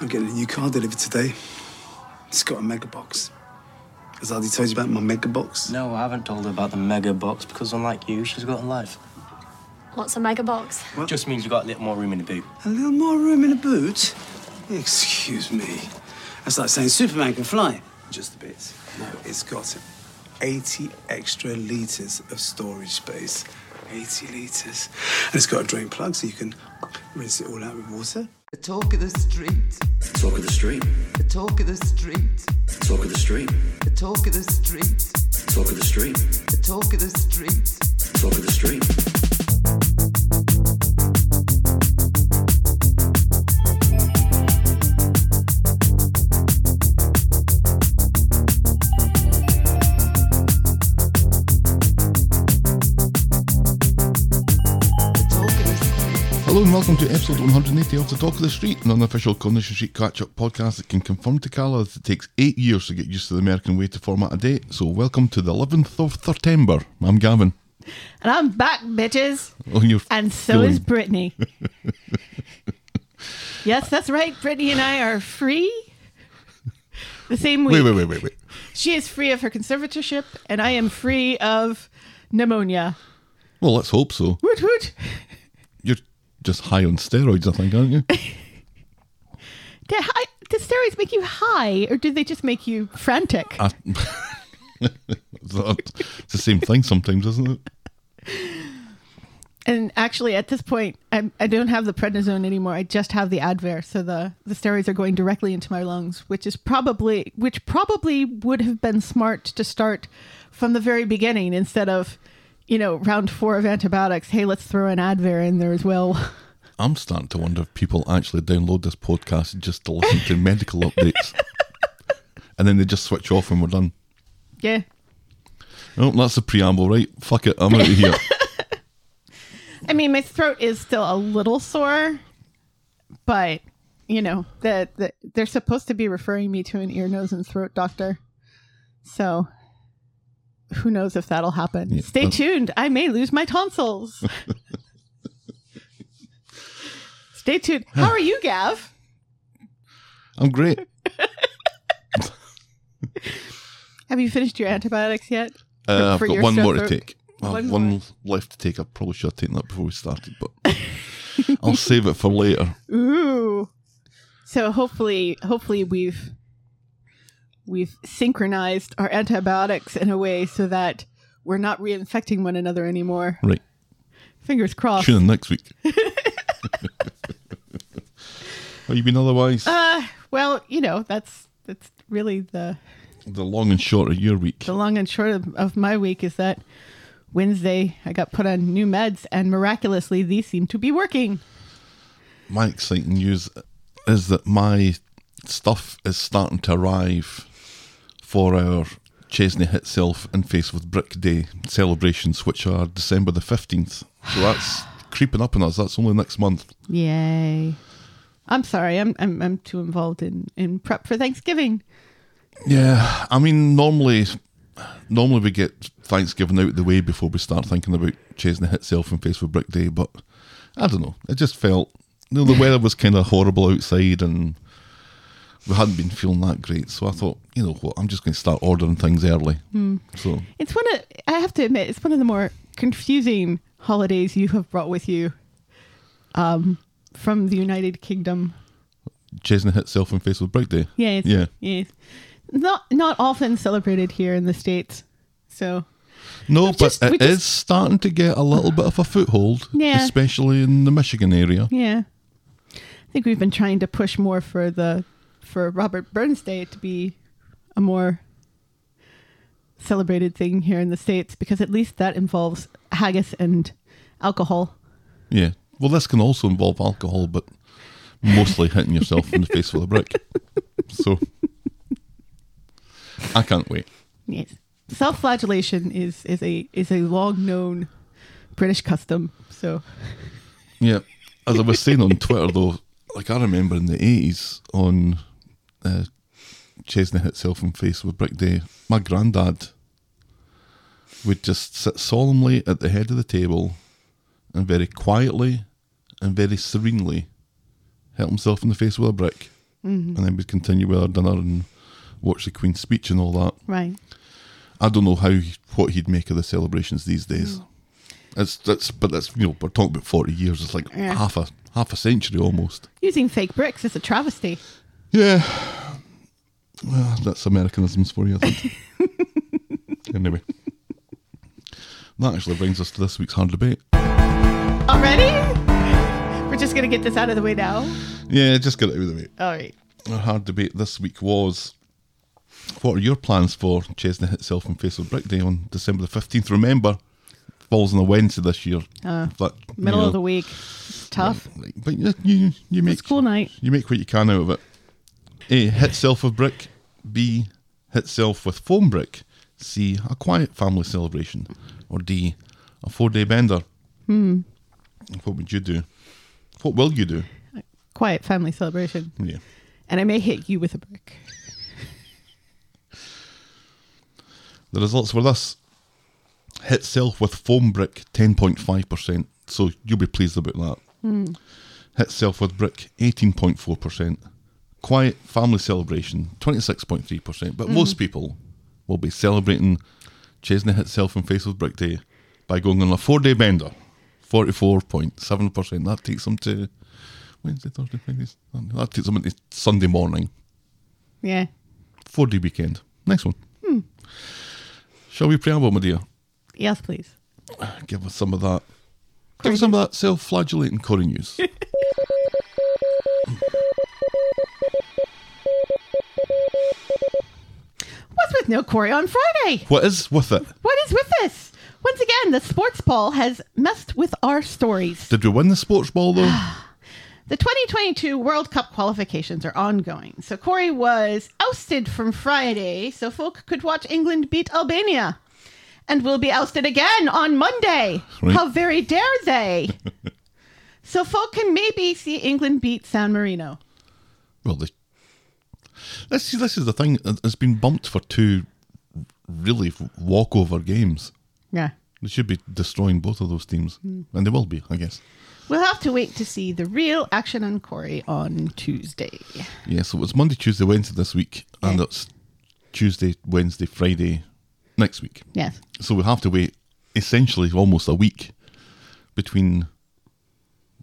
I'm getting a new car delivered today. It's got a mega box. Has Ardy told you about my mega box? No, I haven't told her about the mega box because, unlike you, she's got a life. What's a mega box? What? Just means you've got a little more room in the boot. A little more room in the boot? Excuse me. That's like saying Superman can fly. Just a bit. No, it's got 80 extra litres of storage space. 80 litres. And it's got a drain plug so you can rinse it all out with water. The talk of the street. Talk of the street. The talk of the street. Talk of the street. The talk of the street. Talk of the street. The talk of the street. Talk of the street. Hello and welcome to episode 180 of The Talk of the Street, an unofficial Coronation Street catch-up podcast that can confirm to Carla that it takes eight years to get used to the American way to format a day. So welcome to the 11th of September. I'm Gavin. And I'm back, bitches. On your And so feeling. is Brittany. yes, that's right. Brittany and I are free the same week. Wait, wait, wait, wait, wait. She is free of her conservatorship, and I am free of pneumonia. Well, let's hope so. Woot woot. You're just high on steroids, I think, aren't you? Do, hi- do steroids make you high, or do they just make you frantic? I- Ah. it's the same thing sometimes, isn't it? and actually, at this point, I, I don't have the prednisone anymore. I just have the Advair, so the the steroids are going directly into my lungs, which is probably which probably would have been smart to start from the very beginning instead of, you know, round four of antibiotics. Hey, let's throw an Advair in there as well. I'm starting to wonder if people actually download this podcast just to listen to medical updates. And then they just switch off when we're done. yeah. Oh, that's the preamble, right? Fuck it, I'm out of here. I mean, my throat is still a little sore, but you know that the, they're supposed to be referring me to an ear, nose, and throat doctor. So, who knows if that'll happen? Yeah, Stay that's- tuned. I may lose my tonsils. Stay tuned. How are you, Gav? I'm great. Have you finished your antibiotics yet? Uh, for I've got your one strep more to throat? take. I have One one more. left to take. I probably should have taken that before we started, but I'll save it for later. Ooh. So hopefully, hopefully we've we've synchronized our antibiotics in a way so that we're not reinfecting one another anymore. Right. Fingers crossed. Tune in next week. How you been otherwise? Uh, Well, you know that's that's really the the long and short of your week. the long and short of, of my week is that Wednesday I got put on new meds and miraculously these seem to be working. My exciting news is that my stuff is starting to arrive for our Chesney Itself and Face with Brick Day celebrations, which are December the 15th. So that's creeping up on us. That's only next month. Yay! I'm sorry, I'm I'm, I'm too involved in in prep for Thanksgiving. Yeah, I mean, normally, normally we get Thanksgiving out of the way before we start thinking about Chesney itself and Face with Brick Day, but I don't know. It just felt, you know, the weather was kind of horrible outside and we hadn't been feeling that great. So I thought, you know what, I'm just going to start ordering things early. Hmm. So It's one of I have to admit, it's one of the more confusing holidays you have brought with you um, from the United Kingdom. Chesney itself and Face with Brick Day. Yes. Yeah. Yes. Not not often celebrated here in the States. So No, just- but it we is just- starting to get a little bit of a foothold, Yeah. especially in the Michigan area. yeah. I think we've been trying to push more for the for Robert Burns Day to be a more celebrated thing here in the States because at least that involves haggis and alcohol. Yeah. Well, this can also involve alcohol, but mostly hitting yourself in the face with a brick. So I can't wait. Yes. Self-flagellation is is a is a long known British custom. So Yeah. As I was saying on Twitter, though, like I remember in the 80s on uh, Chesney itself in face with Brick Day, my granddad would just sit solemnly at the head of the table and very quietly and very serenely hit himself in the face with a brick and then we'd continue with our dinner and watch the Queen's speech and all that. Right. I don't know how he- what he'd make of the celebrations these days. It's that's but that's you know we're talking about forty years. It's like Yeah. half a half a century almost. Using fake bricks is a travesty. Yeah, well, that's Americanisms for you. I think. anyway, that actually brings us to this week's hard debate. Already? We're just going to get this out of the way now. Yeah, just get it out of the way. All right. Our hard debate this week was what are your plans for Chesney itself and Face of Brick Day on December the 15th? Remember, falls on a Wednesday this year. If that, you Ah, Middle know, of the week. It's tough. like, But you, you, you make It's cool night. you make what you can out of it. A. Hit self with brick. B. Hit self with foam brick. C. A quiet family celebration. Or D. A four day bender. Hmm. What would you do? What will you do? Quiet family celebration. Yeah. And I may hit you with a brick. The results were this hit self with foam brick 10.5%, so you'll be pleased about that. Hit self with brick 18.4%. Quiet family celebration 26.3%. But most people will be celebrating Chesney hit self and face with brick day by going on a four day bender 44.7%. That takes them to Wednesday, Thursday, Friday. Sunday. That takes them into Sunday morning. Yeah. 4D weekend. Next one. Shall we preamble, my dear? Yes, please. Give us some of that. Give us some of that self flagellating curry news. What's with no Corey on Friday? what is with it? What is with this? Once again, the sports ball has messed with our stories. Did we win the sports ball, though? The 2022 World Cup qualifications are ongoing. So Corey was ousted from Friday so folk could watch England beat Albania and will be ousted again on Monday. Right. How very dare they? so folk can maybe see England beat San Marino. well, the, this, see, this is the thing. it- It's been bumped for two really walkover games. Yeah. They should be destroying both of those teams. And they will be, I guess. We'll have to wait to see the real action on Corey on Tuesday. Yeah, so it's Monday, Tuesday, Wednesday this week. And Yeah. it's Tuesday, Wednesday, Friday next week. Yes. So we have to wait essentially almost a week between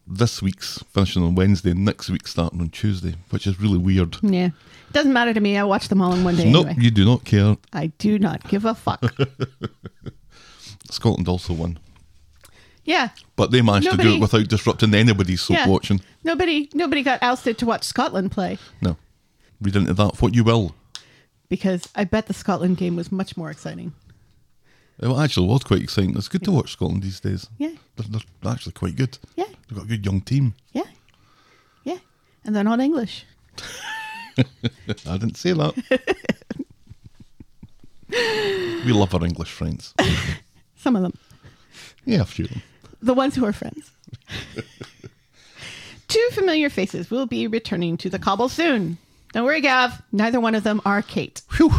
this week's finishing on Wednesday and next week's starting on Tuesday, which is really weird. Yeah. Doesn't matter to me. I watch them all in one day Nope, anyway. you do not care. I do not give a fuck. Scotland also won. yeah. But they managed to do Nobody- it without disrupting anybody's soap Yeah. watching. Nobody nobody got ousted to watch Scotland play No. Read into that what you will. because I bet the Scotland game was much more exciting. It actually was quite exciting. It's good to watch Scotland these days. Yeah. They're, they're actually quite good. Yeah. They've got a good young team. Yeah. Yeah. And they're not English. I didn't say that. we love our English friends. Some of them. Yeah, a few of them. The ones who are friends. Two familiar faces will be returning to the cobble soon. Don't worry, Gav. Neither one of them are Kate. Phew.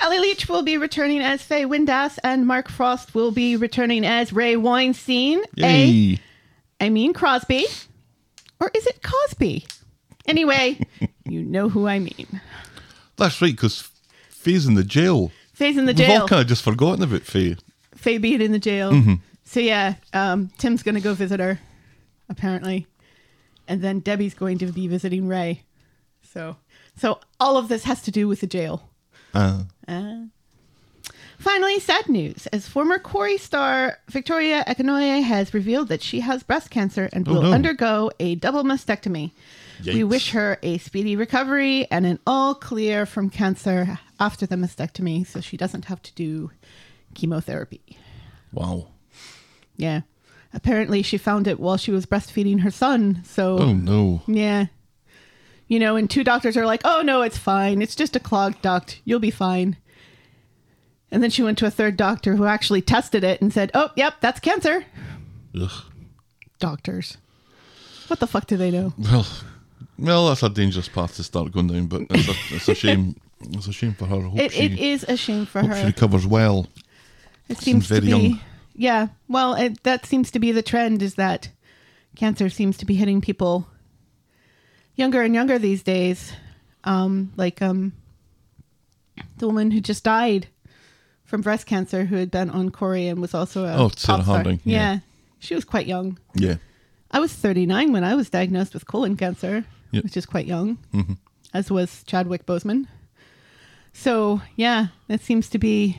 Ellie Leach will be returning as Faye Windass, and Mark Frost will be returning as Ray Weinstein. A. Yay. I mean Crosby. Or is it Cosby? Anyway, you know who I mean. That's right, because Faye's in the jail. Faye's in the We've jail. all kind of just forgotten about Faye. Faye beat in the jail. So yeah, um, Tim's going to go visit her, apparently, and then Debbie's going to be visiting Ray. So, so all of this has to do with the jail. Uh, Finally, sad news. As former Corey star Victoria Econoye has revealed that she has breast cancer and Oh, will no. undergo a double mastectomy. We Yikes. wish her a speedy recovery and an all clear from cancer after the mastectomy so she doesn't have to do chemotherapy. wow. Yeah. Apparently, she found it while she was breastfeeding her son. So, Oh, no. yeah. You know, and two doctors are like, oh, no, it's fine. It's just a clogged duct. You'll be fine. And then she went to a third doctor who actually tested it and said, oh, yep, that's cancer. Ugh. Doctors. What the fuck do they know? Well, well, that's a dangerous path to start going down, but it's a, it's a shame. It's a shame for her. I hope, It, she, it is a shame for hope she her. recovers well. It seems to very be. young. Yeah. Well, it, that seems to be the trend is that cancer seems to be hitting people younger and younger these days. Um, like um, the woman who just died from breast cancer, who had been on Corey and was also a Oh, Sarah pop star. Harding, yeah. yeah, she was quite young. Yeah. I was 39 when I was diagnosed with colon cancer, Yep. which is quite young, Mm-hmm. as was Chadwick Boseman. So, yeah, that seems to be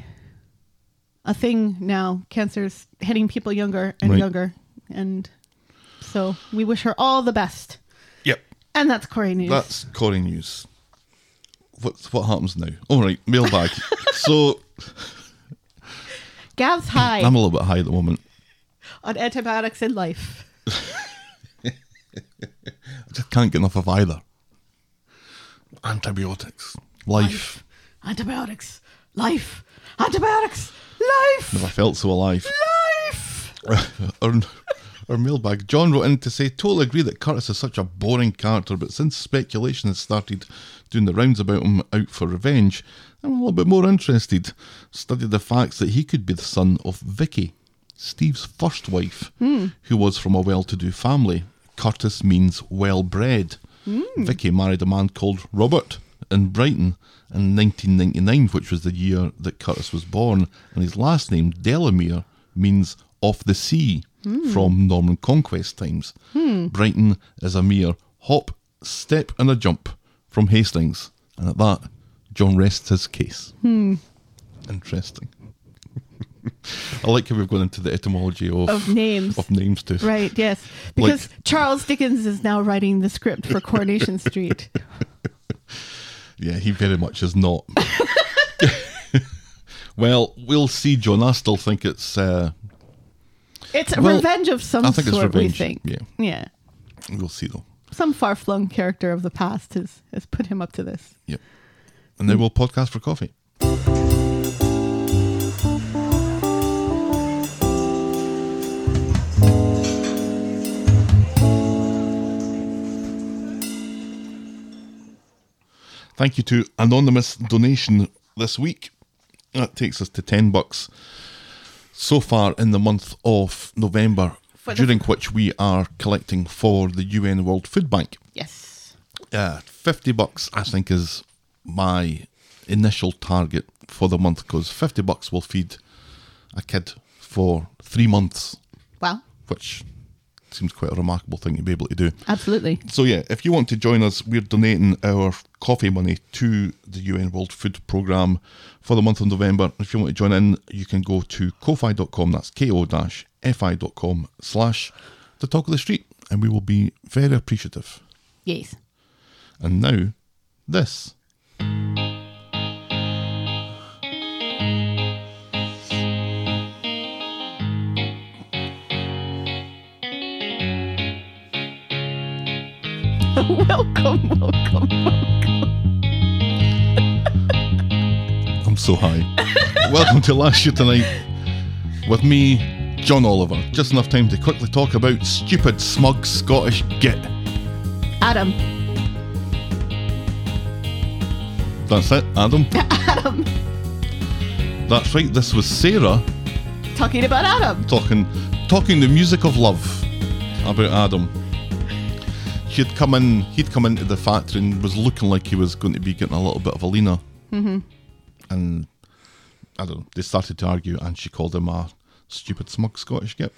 a thing now. Cancer's hitting people younger and Right. younger. And so we wish her all the best. Yep. And that's Corey News. That's Corey News. What's what happens now? All right, mailbag. so Gav's high I'm a little bit high at the moment. on antibiotics in life. I just can't get enough of either. Antibiotics, life. Antibiotics, life, antibiotics, life, Never felt so alive. life. our, our mailbag. John wrote in to say, totally agree that Curtis is such a boring character, but since speculation has started doing the rounds about him out for revenge, I'm a little bit more interested. Studied the facts that he could be the son of Vicky, Steve's first wife, who was from a well to do family. Curtis means well bred. Vicky married a man called Robert in Brighton in 1999, which was the year that Curtis was born, and his last name, Delamere, means off the sea Hmm. from Norman conquest times. Brighton is a mere hop, step, and a jump from Hastings, and at that, John rests his case. Hmm. Interesting. I like how we've gone into the etymology of, Of names. of names too. Right, yes. Like- Because Charles Dickens is now writing the script for Coronation Street. Yeah, he very much is not. well, we'll see, John. I still think it's. Uh, It's a Well, revenge of some I think it's sort, revenge, we think. yeah. yeah. we'll see, though. Some far flung character of the past has, has put him up to this. Yep. And Mm. then we'll podcast for coffee. Thank you to anonymous donation this week. That takes us to ten bucks so far in the month of November, For the- during which we are collecting for the UN World Food Bank Yes. uh, 50 bucks i think is my initial target for the month because 50 bucks will feed a kid for three months Wow. which seems quite a remarkable thing to be able to do Absolutely. so yeah, if you want to join us, we're donating our coffee money to the UN World Food Programme for the month of November. If you want to join in, you can go to kofi.com, that's ko-fi.com slash the talk of the street, and we will be very appreciative. Yes. And now, this. welcome, welcome, welcome. I'm so high. Welcome to Last Year Tonight with me, John Oliver. Just enough time to quickly talk about stupid, smug Scottish git. Adam. That's it, Adam. Adam. That's right, this was Sarah Talking about Adam. talking talking the music of love about Adam. She'd come in he'd come into the factory and was looking like he was going to be getting a little bit of a leaner. Mm-hmm. And I don't know, they started to argue and she called him a stupid smug Scottish git.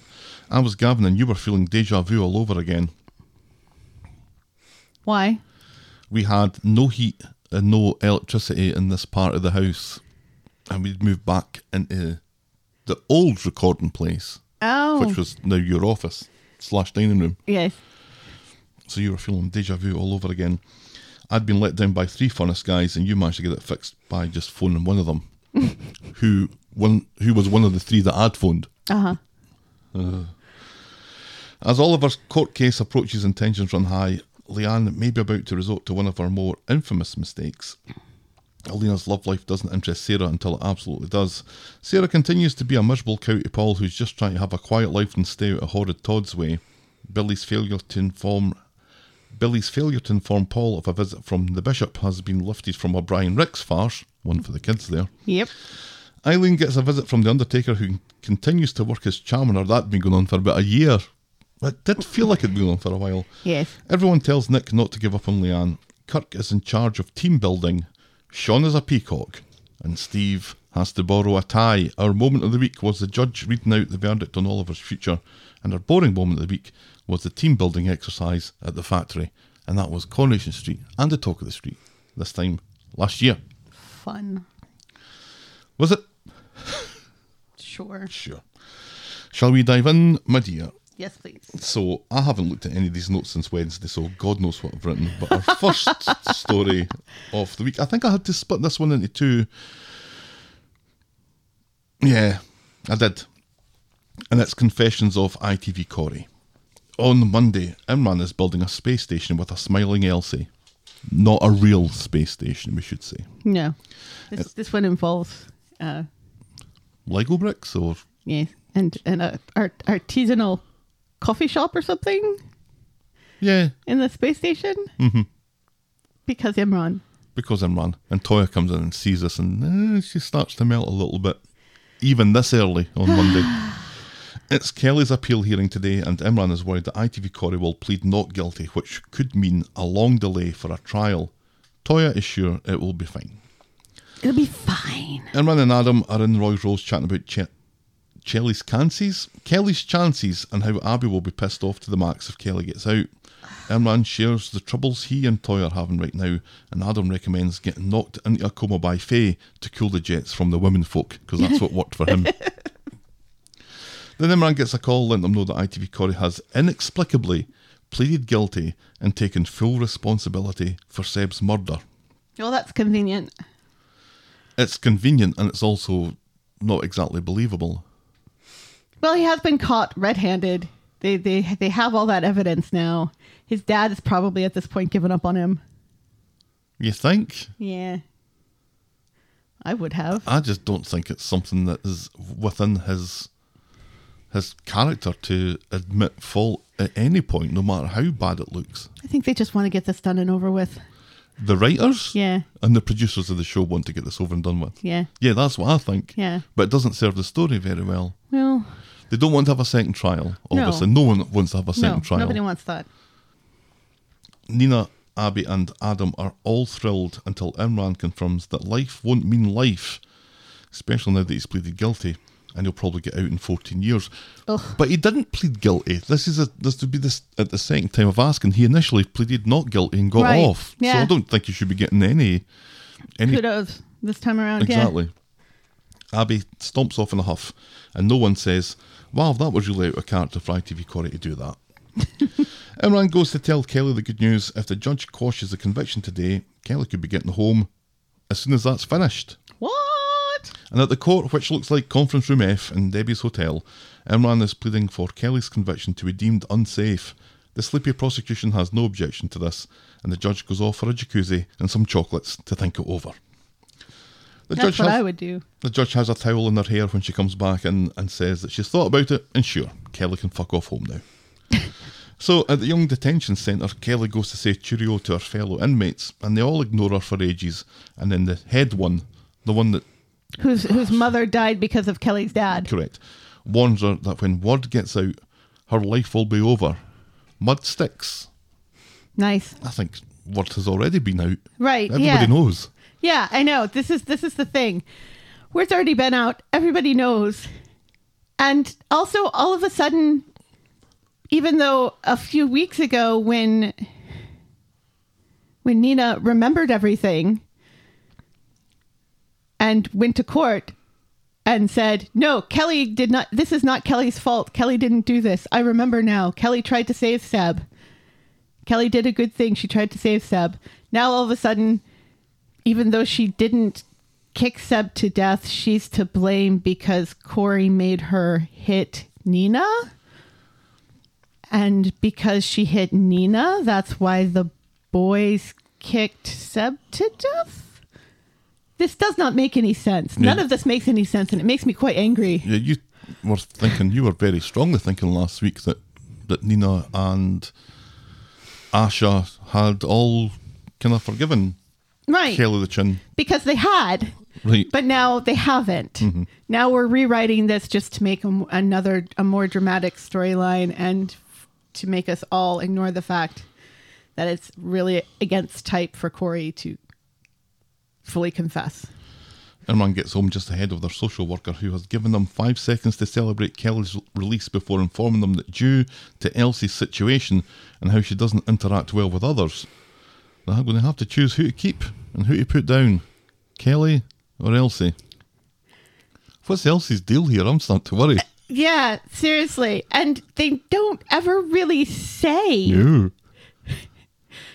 I was Gavin and you were feeling deja vu all over again. Why? we had no heat and no electricity in this part of the house, and we'd moved back into the old recording place, Oh. which was now your office slash dining room. yes. So you were feeling deja vu all over again. I'd been let down by three furnace guys, and you managed to get it fixed by just phoning one of them, who one who was one of the three that I'd phoned. Uh huh. As Oliver's court case approaches and tensions run high, Leanne may be about to resort to one of her more infamous mistakes. Alina's love life doesn't interest Sarah until it absolutely does. Sarah continues to be a miserable cow to Paul who's just trying to have a quiet life and stay out of horrid Todd's way. Billy's failure to inform Billy's failure to inform Paul of a visit from the bishop has been lifted from a Brian Ricks farce, one for the kids there. Yep. Eileen gets a visit from the Undertaker, who continues to work his charm on her. That'd been going on for about a year. That did feel like it'd been on for a while. Yes. Everyone tells Nick not to give up on Leanne. Kirk is in charge of team building. Sean is a peacock. And Steve has to borrow a tie. Our moment of the week was the judge reading out the verdict on Oliver's future. And our boring moment of the week was the team building exercise at the factory. And that was Coronation Street and the Talk of the Street, this time last year. Fun. Was it? Sure. Sure. Shall we dive in, my dear? Yes, please. So I haven't looked at any of these notes since Wednesday, so God knows what I've written. But our first story of the week, I think I had to split this one into two. Yeah, I did. And it's Confessions of ITV Corey. On Monday, Imran is building a space station with a smiling Elsie. Not a real space station, we should say. No. This, this one involves, uh, Lego bricks or yes, and, and a art, artisanal coffee shop or something yeah, in the space station. Mm-hmm. Because Imran. because Imran and Toya comes in and sees us, and eh, she starts to melt a little bit, even this early on Monday. It's Kelly's appeal hearing today, and Imran is worried that ITV Corey will plead not guilty, which could mean a long delay for a trial. Toya is sure it will be fine. It'll be fine. Imran and Adam are in Roy's Rolls chatting about che- Kelly's chances, Kelly's chances, and how Abby will be pissed off to the max if Kelly gets out. Imran shares the troubles he and Toy are having right now, and Adam recommends getting knocked into a coma by Faye to cool the jets from the women folk, because that's what worked for him. then Imran gets a call letting them know that ITV Corey has inexplicably pleaded guilty and taken full responsibility for Seb's murder. Well, that's convenient. It's convenient and it's also not exactly believable. Well, he has been caught red-handed. They they they have all that evidence now. His dad is probably at this point given up on him. You think? Yeah. I would have. I just don't think it's something that is within his his character to admit fault at any point, no matter how bad it looks. I think they just want to get this done and over with. The writers Yeah. and the producers of the show want to get this over and done with. Yeah. Yeah, that's what I think. Yeah. But it doesn't serve the story very well. Well, They don't want to have a second trial, obviously. No, one wants to have a second no, trial. nobody wants that. Nina, Abby, and Adam are all thrilled until Imran confirms that life won't mean life, especially now that he's pleaded guilty and he'll probably get out in 14 years. But he didn't plead guilty. This is a, this would be this at the second time of asking. He initially pleaded not guilty and got Right, off. So I yeah. don't think you should be getting any any Kudos this time around. Exactly. Abby stomps off in a huff, and no one says, Wow, that was really out of character for ITV Corey to do that. Imran goes to tell Kelly the good news. If the judge quashes the conviction today, Kelly could be getting home as soon as that's finished. Yeah. What? And at the court, which looks like Conference Room F in Debbie's Hotel, Imran is pleading for Kelly's conviction to be deemed unsafe. The sleepy prosecution has no objection to this, and the judge goes off for a jacuzzi and some chocolates to think it over. The That's what has- I would do. the judge has a towel in her hair when she comes back in and says that she's thought about it, and sure, Kelly can fuck off home now. so at the Young Detention Centre, Kelly goes to say cheerio to her fellow inmates, and they all ignore her for ages. And then the head one, the one that, Whose whose mother died because of Kelly's dad. correct, warns her that when word gets out, her life will be over. Mud sticks. Nice. I think word has already been out. Right. Everybody yeah. knows. Yeah, I know. This is this is the thing. Word's already been out. Everybody knows. And also all of a sudden even though a few weeks ago when when Nina remembered everything and went to court and said, "No, Kelly did not this is not Kelly's fault. Kelly didn't do this. I remember now. Kelly tried to save Seb. Kelly did a good thing. She tried to save Seb. Now all of a sudden even though she didn't kick Seb to death, she's to blame because Corey made her hit Nina. And because she hit Nina, that's why the boys kicked Seb to death. This does not make any sense. None Yeah. of this makes any sense, and it makes me quite angry. Yeah, you were thinking, you were very strongly thinking last week that, that Nina and Asha had all kind of forgiven Right. Kelly the Chin. Because they had, Right. but now they haven't. Now we're rewriting this just to make a, another, a more dramatic storyline and to make us all ignore the fact that it's really against type for Corey to fully confess. Herman gets home just ahead of their social worker, who has given them five seconds to celebrate Kelly's release before informing them that, due to Elsie's situation and how she doesn't interact well with others, they're going to have to choose who to keep and who to put down Kelly or Elsie. What's Elsie's deal here? I'm starting to worry. Yeah, seriously. And they don't ever really say. No.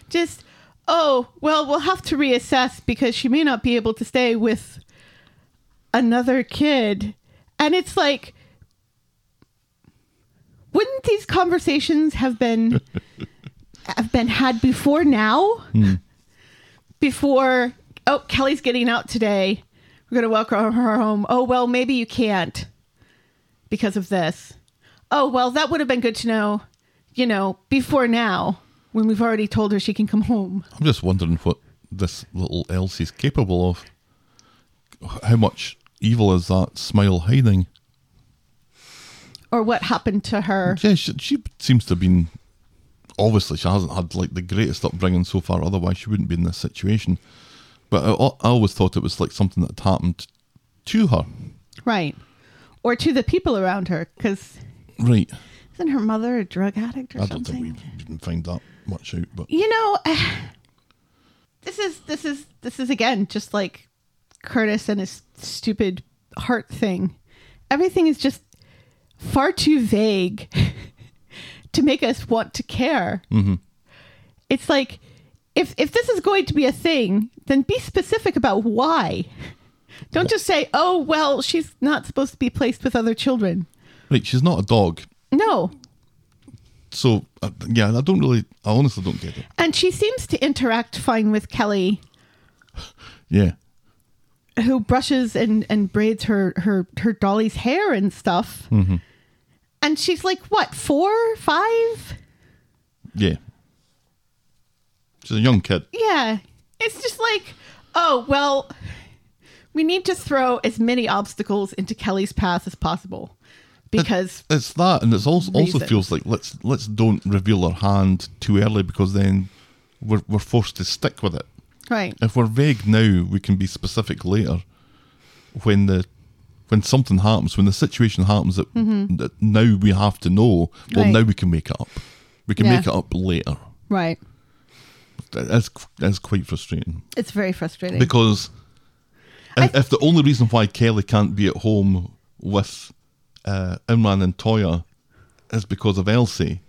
just oh well we'll have to reassess because she may not be able to stay with another kid and it's like wouldn't these conversations have been have been had before now before oh kelly's getting out today we're going to welcome her home oh well maybe you can't because of this oh well that would have been good to know you know before now when we've already told her she can come home I'm just wondering what this little Elsie's capable of. How much evil is that smile hiding? or what happened to her Yeah, she, she seems to have been. Obviously, she hasn't had like the greatest upbringing so far. Otherwise, she wouldn't be in this situation. But I, I always thought it was like something that had happened to her. right or to the people around her because Right. isn't her mother a drug addict or I don't something think we can find that much out. But you know this is this is this is again just like curtis and his stupid heart thing everything is just far too vague to make us want to care it's like if if this is going to be a thing then be specific about why don't just say oh well she's not supposed to be placed with other children right, she's not a dog. no So uh, yeah, I don't really. I honestly don't get it. and she seems to interact fine with kelly Yeah. who brushes and and braids her her her dolly's hair and stuff and she's like what four five Yeah. She's a young kid. yeah it's just like oh well we need to throw as many obstacles into kelly's path as possible because it's that, and it's also also Reason. feels like let's let's don't reveal our hand too early because then we're we're forced to stick with it. right If we're vague now, we can be specific later. When the when something happens, when the situation happens that, that now we have to know, well, Mm-hmm. Right. now we can make it up. We can Yeah. make it up later. right That's that's quite frustrating it's very frustrating because if, if the only reason why Kelly can't be at home with uh, Imran and Toya is because of Elsie,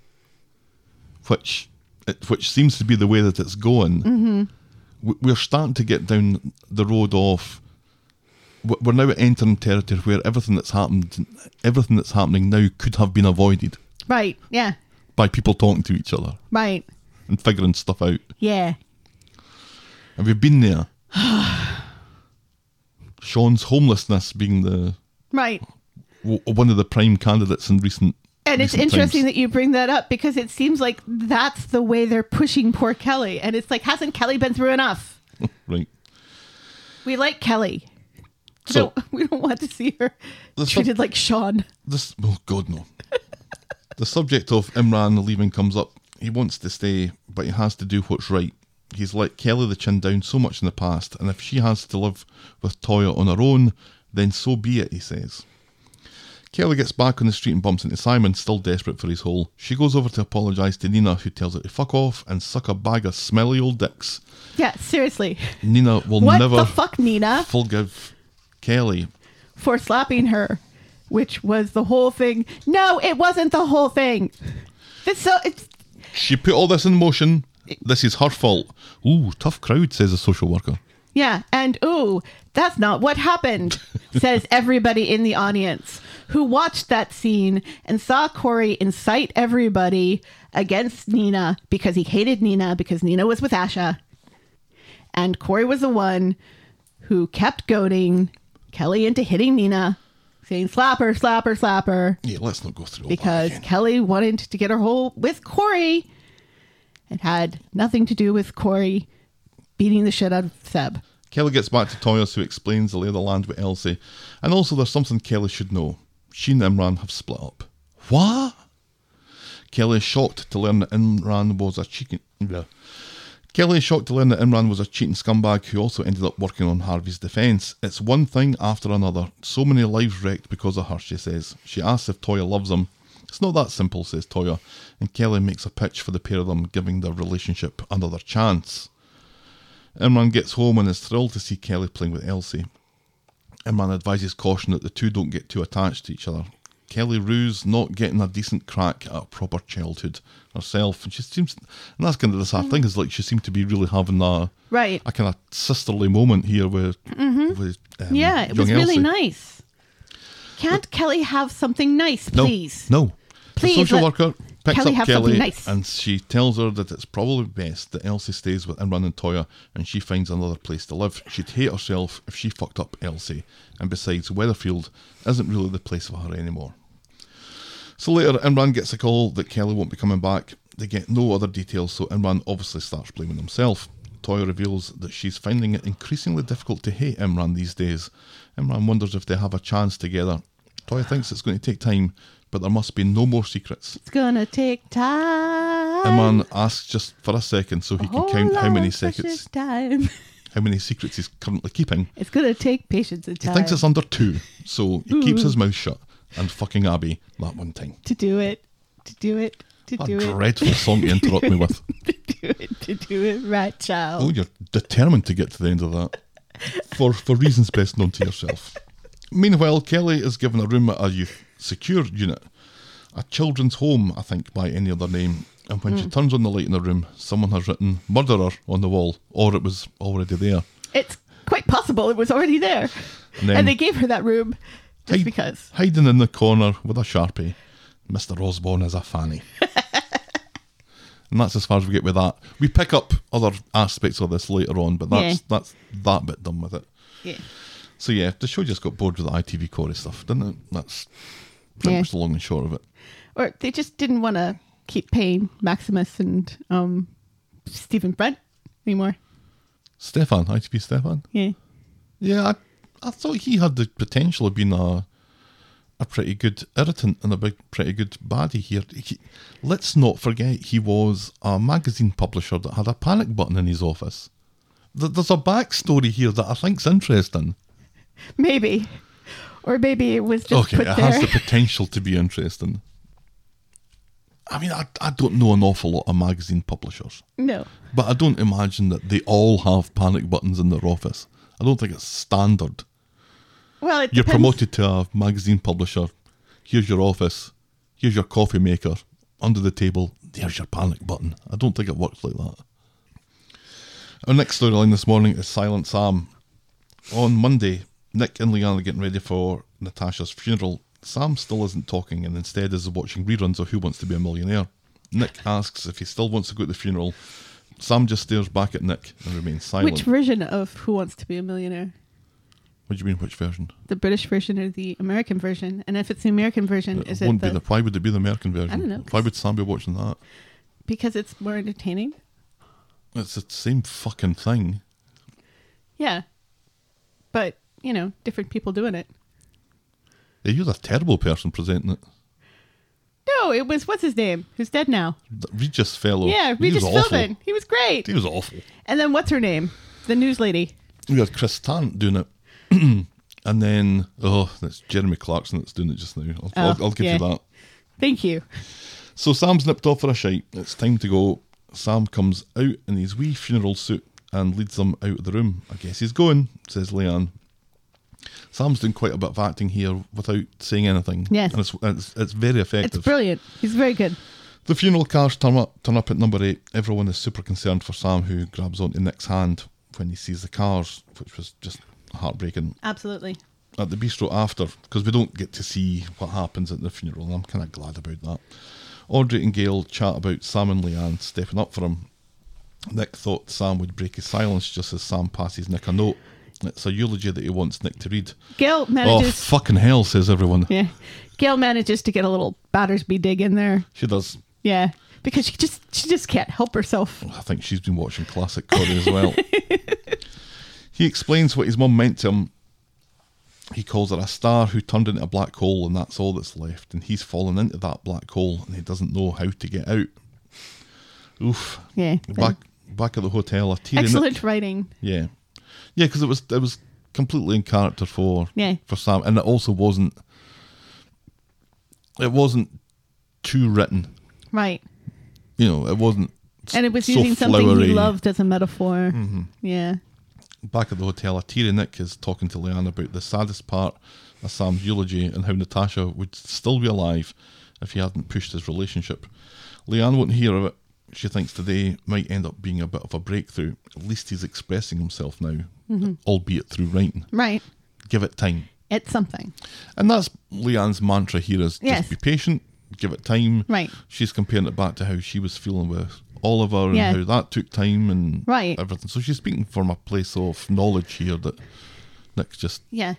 which it- which seems to be the way that it's going, we- we're starting to get down the road of we- we're now entering territory where everything that's happened, everything that's happening now could have been avoided right yeah by people talking to each other right and figuring stuff out. yeah Have you been there? Sean's homelessness being the right w- one of the prime candidates in recent. and it's recent interesting times. that you bring that up because it seems like that's the way they're pushing poor kelly and it's like hasn't kelly been through enough right. We like Kelly. We So- don't- we don't want to see her The sub- treated like Sean. This oh god no. the subject of Imran leaving comes up. He wants to stay, but he has to do what's right. He's let Kelly the chin down so much in the past, and if she has to live with Toya on her own, then so be it, he says. Kelly gets back on the street and bumps into Simon, still desperate for his hole. She goes over to apologise to Nina, who tells her to fuck off and suck a bag of smelly old dicks. Yeah, seriously. Nina will What never the fuck, Nina, forgive Kelly. for slapping her, which was the whole thing. No, it wasn't the whole thing. This so it's She put all this in motion. This is her fault. Ooh, tough crowd, says a social worker. yeah, and ooh, that's not what happened, says everybody in the audience who watched that scene and saw Corey incite everybody against Nina because he hated Nina because Nina was with Asha. And Corey was the one who kept goading Kelly into hitting Nina, saying, slap her, slap her, slap her, Yeah, let's not go through all because that again. Kelly wanted to get her hole with Corey. It had nothing to do with Corey beating the shit out of Seb. Kelly gets back to Toyos, who explains the lay of the land with Elsie. And also, there's something Kelly should know. She and Imran have split up. What? Kelly is shocked to learn that Imran was a chicken. bleh. Kelly is shocked to learn that Imran was a cheating scumbag who also ended up working on Harvey's defence. It's one thing after another. So many lives wrecked because of her, she says. She asks if Toya loves him. It's not that simple, says Toya, and Kelly makes a pitch for the pair of them, giving their relationship another chance. Imran gets home and is thrilled to see Kelly playing with Elsie. Imran advises caution that the two don't get too attached to each other. Kelly rues not getting a decent crack at a proper childhood herself, and she seems, and that's kind of the sad thing is like she seemed to be really having a Mm. Right. Mm-hmm. a kind of sisterly moment here with with um, yeah, it was young really Elsie. nice. Can't Kelly have something nice, No, please? no. Please the social let worker picks Kelly up have something Kelly nice. and she tells her that it's probably best that Elsie stays with Imran and Toya and she finds another place to live. She'd hate herself if she fucked up Elsie, and besides, Weatherfield isn't really the place for her anymore. So later, Imran gets a call that Kelly won't be coming back. They get no other details, so Imran obviously starts blaming himself. Toya reveals that she's finding it increasingly difficult to hate Imran these days. Imran wonders if they have a chance together. Toya thinks it's going to take time, but there must be no more secrets. It's gonna take time. Imran asks just for a second so he can Whole count how lot many of precious seconds, Time. how many secrets he's currently keeping. It's gonna take patience and He time thinks it's under two, so he keeps his mouth shut and fucking Abby that one time. to do it, to do it, to What do a it, dreadful song to interrupt me with. to do it, to do it, right, child. Oh, you're determined to get to the end of that. For for reasons best known to yourself. Meanwhile, Kelly is given a room at a youth secure unit. A children's home, I think, by any other name. And when she turns on the light in the room, someone has written murderer on the wall, or it was already there. It's quite possible it was already there, And then- and they gave her that room just Hide- because. Hiding in the corner with a sharpie, Mr. Osborne is a fanny. and that's as far as we get with that. We pick up other aspects of this later on, but that's Yeah. that's that bit done with it. Yeah. So yeah, the show just got bored with the ITV Corey stuff, didn't it? That's pretty Yeah. much the long and short of it. or they just didn't want to keep paying Maximus and um, Stephen Brent anymore. Stefan, ITV Stefan. Yeah. Yeah, I, I thought he had the potential of being a a pretty good irritant and a big, pretty good baddie here. He, let's not forget he was a magazine publisher that had a panic button in his office. Th- There's a backstory here that I think's interesting. Maybe. Or maybe it was just okay, put it there. has the potential to be interesting. I mean, I, I don't know an awful lot of magazine publishers. no. But I don't imagine that they all have panic buttons in their office. I don't think it's standard. Well, it You're depends. promoted to a magazine publisher. Here's your office. Here's your coffee maker. Under the table, there's your panic button. I don't think it works like that. Our next storyline this morning is Silent Sam. On Monday, Nick and Leanne are getting ready for Natasha's funeral. Sam still isn't talking and instead is watching reruns of Who Wants to Be a Millionaire. Nick asks if he still wants to go to the funeral. Sam just stares back at Nick and remains silent. Which version of Who Wants to Be a Millionaire? what do you mean, which version? The British version or the American version? And if it's the American version, is it it won't the, be the, why would it be the American version? don't know, Why would Sam be watching that? because it's more entertaining? It's the same fucking thing. Yeah. But, you know, different people doing it. Yeah, you're a terrible person presenting it. No, it was what's his name? Who's dead now? That Regis fellow. yeah, Regis he was Philbin. Awful. He was great. He was awful. And then what's her name? The news lady. We had Chris Tarrant doing it. and then, oh, that's Jeremy Clarkson that's doing it just now. I'll, I'll, Oh, I'll give yeah. you that. Thank you. So Sam's nipped off for a shite. It's time to go. Sam comes out in his wee funeral suit and leads them out of the room. I guess he's going, says Leanne. Sam's doing quite a bit of acting here without saying anything. Yes. And it's, it's, it's very It's effective. brilliant. He's very good. The funeral cars turn up, turn up at number eight. Everyone is super concerned for Sam, who grabs onto Nick's hand when he sees the cars, which was just heartbreaking. Absolutely. At the bistro after, because we don't get to see what happens at the funeral, and I'm kind of glad about that. Audrey and Gail chat about Sam and Leanne stepping up for him. Nick thought Sam would break his silence just as Sam passes Nick a note. It's a eulogy that he wants Nick to read. Gail Oh, manages. fucking hell, says everyone. yeah. Gail manages to get a little Battersby dig in there. She does. Yeah. Because she just she just can't help herself. I think she's been watching classic Corey as well. he explains what his mum meant to him he calls her a star who turned into a black hole, and that's all that's left. And he's fallen into that black hole, and he doesn't know how to get out. Oof. Yeah. Back back at the hotel, a tear. in the- Excellent writing. yeah, yeah, because it was it was completely in character for Yeah. for Sam, and it also wasn't it wasn't too written. Right. You know, it wasn't. And it was so using something flowery. Mm-hmm. he loved as a metaphor. Yeah. Back at the hotel, a tear in Nick is talking to Leanne about the saddest part of Sam's eulogy and how Natasha would still be alive if he hadn't pushed his relationship. Leanne won't hear of it. She thinks today might end up being a bit of a breakthrough. At least he's expressing himself now, albeit through writing. Right. Give it time. It's something. And that's Leanne's mantra here is just Yes. be patient, give it time. Right. She's comparing it back to how she was feeling with Oliver and Yeah. how that took time and Right. everything. So she's speaking from a place of knowledge here that Nick just Yeah.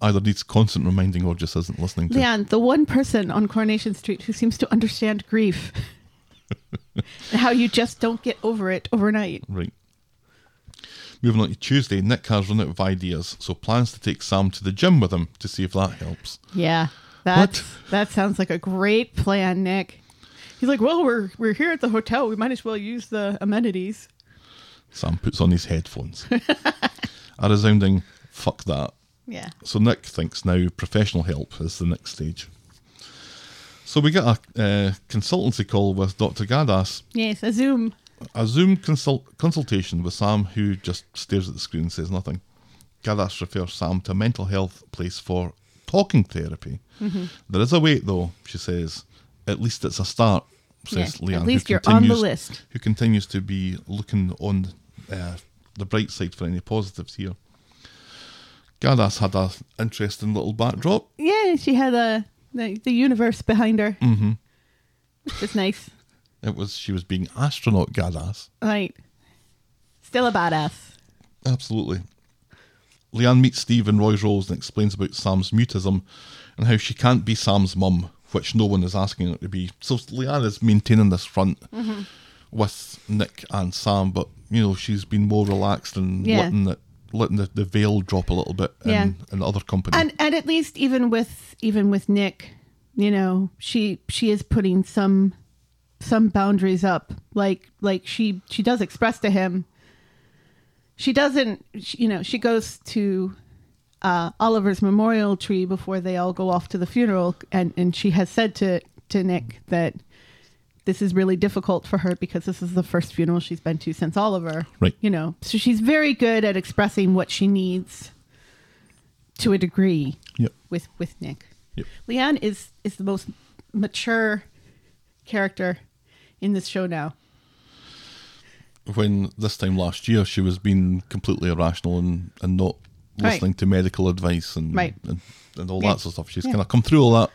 either needs constant reminding or just isn't listening to. Leon, the one person on Coronation Street who seems to understand grief. How you just don't get over it overnight. Right. Moving on to Tuesday, Nick has run out of ideas, so plans to take Sam to the gym with him to see if that helps. Yeah. That's that sounds like a great plan, Nick. He's like, Well, we're we're here at the hotel. We might as well use the amenities. Sam puts on his headphones. a resounding fuck that. Yeah. So Nick thinks now professional help is the next stage. So we get a uh, consultancy call with Dr. Gadas, Yes, a Zoom. a Zoom consult- consultation with Sam, who just stares at the screen and says nothing. Gadas refers Sam to a mental health place for talking therapy. Mm-hmm. There is a wait, though, she says. At least it's a start, says Yeah, Leanne. at who least you're on the continues- list. Who continues to be looking on uh, the bright side for any positives here. Gadas had an interesting little backdrop. Yeah, she had a the, the universe behind her. Mm-hmm. Which is nice. It was she was being astronaut badass. Right. Still a badass. Absolutely. Leanne meets Steve and Roy's Rose and explains about Sam's mutism and how she can't be Sam's mum, which no one is asking her to be. So Leanne is maintaining this front Mm-hmm. with Nick and Sam, but you know, she's been more relaxed and Yeah. letting it letting the, the veil drop a little bit Yeah. in, in other company. And and at least even with even with Nick, you know, she she is putting some some boundaries up. Like like she she does express to him. She doesn't, she, you know, she goes to uh, Oliver's memorial tree before they all go off to the funeral, and and she has said to to Nick that this is really difficult for her because this is the first funeral she's been to since Oliver. Right. You know, so she's very good at expressing what she needs to a degree yep. with with Nick. Yep. Leanne is is the most mature character in this show now. When this time last year she was being completely irrational and, and not Right. listening to medical advice and Right. and, and all Yeah. that sort of stuff. She's Yeah. kind of come through all that.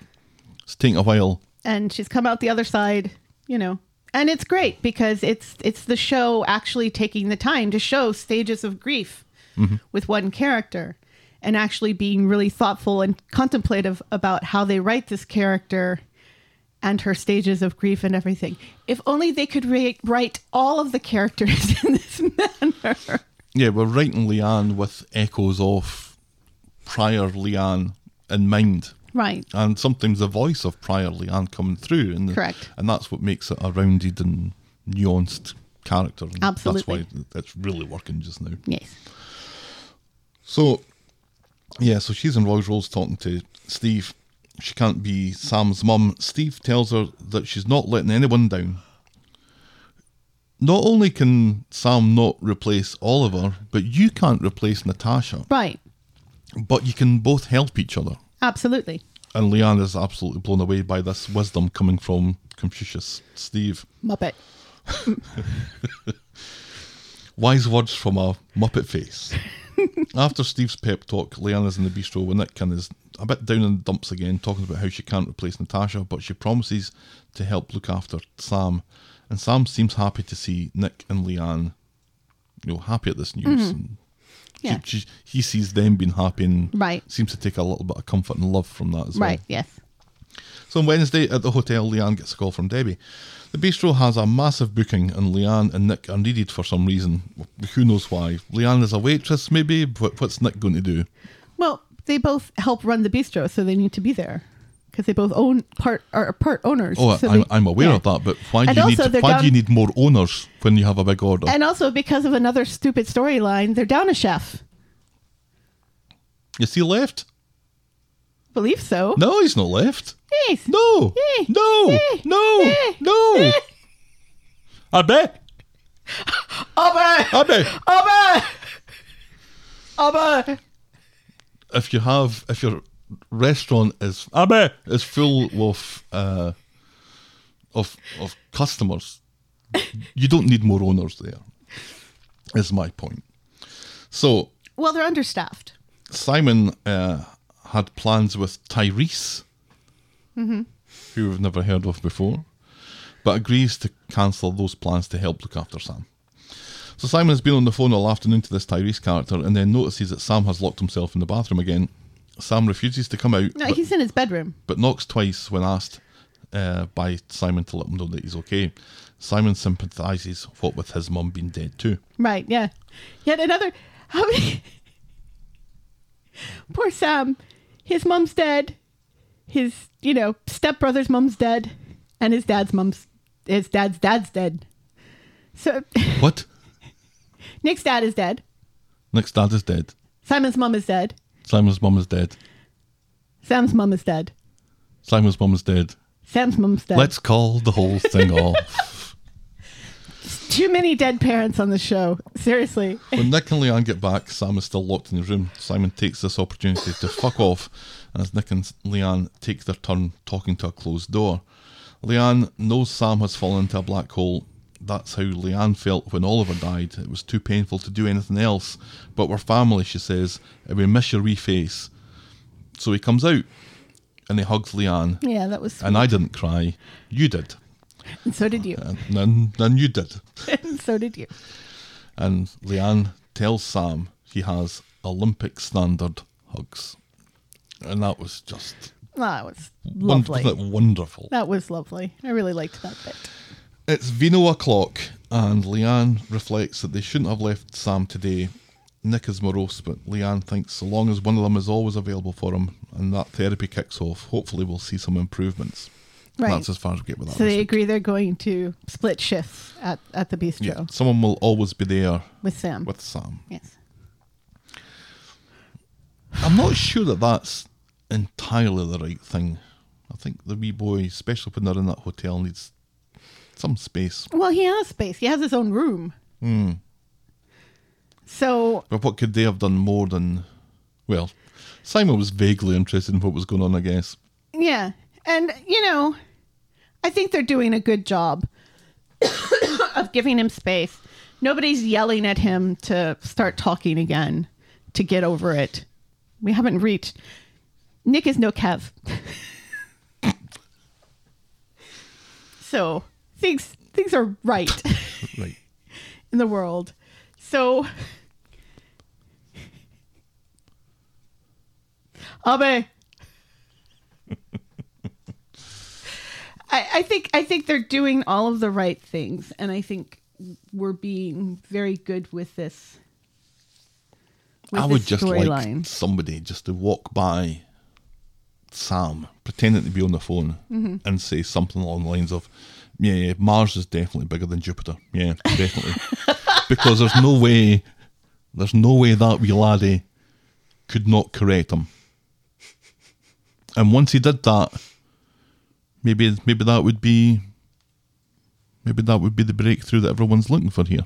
It's taking a while. and she's come out the other side, you know. And it's great because it's it's the show actually taking the time to show stages of grief with one character and actually being really thoughtful and contemplative about how they write this character and her stages of grief and everything. If only they could re- write all of the characters in this manner. Yeah, we're writing Leanne with echoes of prior Leanne in mind. Right. And sometimes the voice of prior Leanne coming through. And Correct. And that's what makes it a rounded and nuanced character. And Absolutely. That's why it's really working just now. Yes. So, yeah, so she's in Roy's Rolls talking to Steve. She can't be Sam's mum. Steve tells her that she's not letting anyone down. Not only can Sam not replace Oliver, but you can't replace Natasha. Right. But you can both help each other. Absolutely. And Leanne is absolutely blown away by this wisdom coming from Confucius Steve. Muppet. Wise words from a Muppet face. After Steve's pep talk, Leanna's in the bistro when Nick Kinn is a bit down in the dumps again, talking about how she can't replace Natasha, but she promises to help look after Sam. And Sam seems happy to see Nick and Leanne, you know, happy at this news. And she- Mm-hmm. Yeah. she- he sees them being happy and Right. seems to take a little bit of comfort and love from that as well. Right. Yes. So on Wednesday at the hotel, Leanne gets a call from Debbie. The bistro has a massive booking, and Leanne and Nick are needed for some reason. Who knows why? Leanne is a waitress, maybe. But what's Nick going to do? Well, They both help run the bistro, so they need to be there because they both own part are part owners. Oh, so I'm, they- I'm aware yeah. of that, but why do And you also need they're Uh, why do you down- need more owners when you have a big order? And also because of another stupid storyline, they're down a chef. Is he left? Believe so. No, he's not left. Yes. No, Eh, no, eh, no, eh, no. I bet. Oba! I bet. Oba! Oba! if you have if your restaurant is I bet is full of uh, of of customers, you don't need more owners there. Is my point. So Well, they're understaffed. Simon uh, had plans with Tyrese, Mm-hmm. who we've never heard of before, but agrees to cancel those plans to help look after Sam. So Simon has been on the phone all afternoon to this Tyrese character and then notices that Sam has locked himself in the bathroom again. Sam refuses to come out, No, but, he's in his bedroom. but knocks twice when asked uh, by Simon to let him know that he's okay. Simon sympathises, what with his mum being dead too. Right, yeah. Yet another. How many. Poor Sam. His mom's dead. His, you know, stepbrother's mom's dead. And his dad's mom's. His dad's dad's dead. So What? Nick's dad is dead. Nick's dad is dead. Simon's mom is dead. Simon's mum is dead. Sam's mom is dead. Simon's mum is dead. Sam's mom's dead. Let's call the whole thing off. Too many dead parents on the show. Seriously. When Nick and Leanne get back, Sam is still locked in his room. Simon takes this opportunity to fuck off as Nick and Leanne take their turn talking to a closed door. Leanne knows Sam has fallen into a black hole. That's how Leanne felt when Oliver died. It was too painful to do anything else. But we're family, she says, and we miss your wee face. So he comes out and he hugs Leanne. Yeah, that was. And uh, I didn't cry. You did. And so did you. And then, then you did. And so did you. and Leanne tells Sam he has Olympic standard hugs. And that was just Ah, That was won- lovely. wasn't it wonderful. That was lovely. I really liked that bit. It's Vino o'clock, and Leanne reflects that they shouldn't have left Sam today. Nick is morose, but Leanne thinks so long as one of them is always available for him and that therapy kicks off, hopefully we'll see some improvements. Right. That's as far as we get with that. So they this agree they're going to split shifts at, at the bistro week. yeah. Someone will always be there with Sam. with Sam. yes. I'm not sure that that's entirely the right thing. I think the wee boy, especially when they're in that hotel, needs some space. Well, he has space. He has his own room. So But what could they have done more than, well, Simon was vaguely interested in what was going on, I guess. yeah, and you know, I think they're doing a good job of giving him space. Nobody's yelling at him to start talking again to get over it. We haven't reached. Nick is no Kev. so things things are right. Right. in the world. So, Abe. I, I think I think they're doing all of the right things, and I think we're being very good with this. with I would this just like storyline. somebody just to walk by Sam, pretending to be on the phone, Mm-hmm. and say something along the lines of, "Yeah, yeah, Mars is definitely bigger than Jupiter. Yeah, definitely, because there's no way, there's no way that wee laddie could not correct him. And once he did that, maybe maybe that would be, maybe that would be the breakthrough that everyone's looking for here.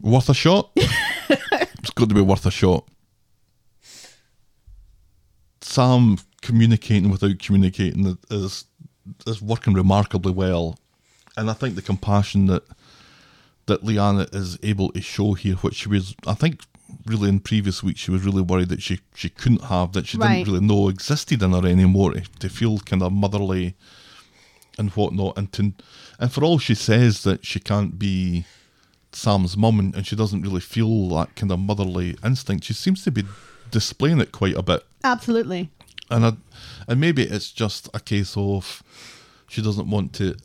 Worth a shot." it's got to be worth a shot. Sam communicating without communicating is is working remarkably well, and I think the compassion that that Leanna is able to show here, which she was, I think, really in previous weeks, she was really worried that she she couldn't have that she Right. didn't really know existed in her anymore to, to feel kind of motherly and whatnot, and to, and for all she says that she can't be Sam's mum and, and she doesn't really feel that kind of motherly instinct. She seems to be displaying it quite a bit. Absolutely, And I, and maybe it's just a case of she doesn't want to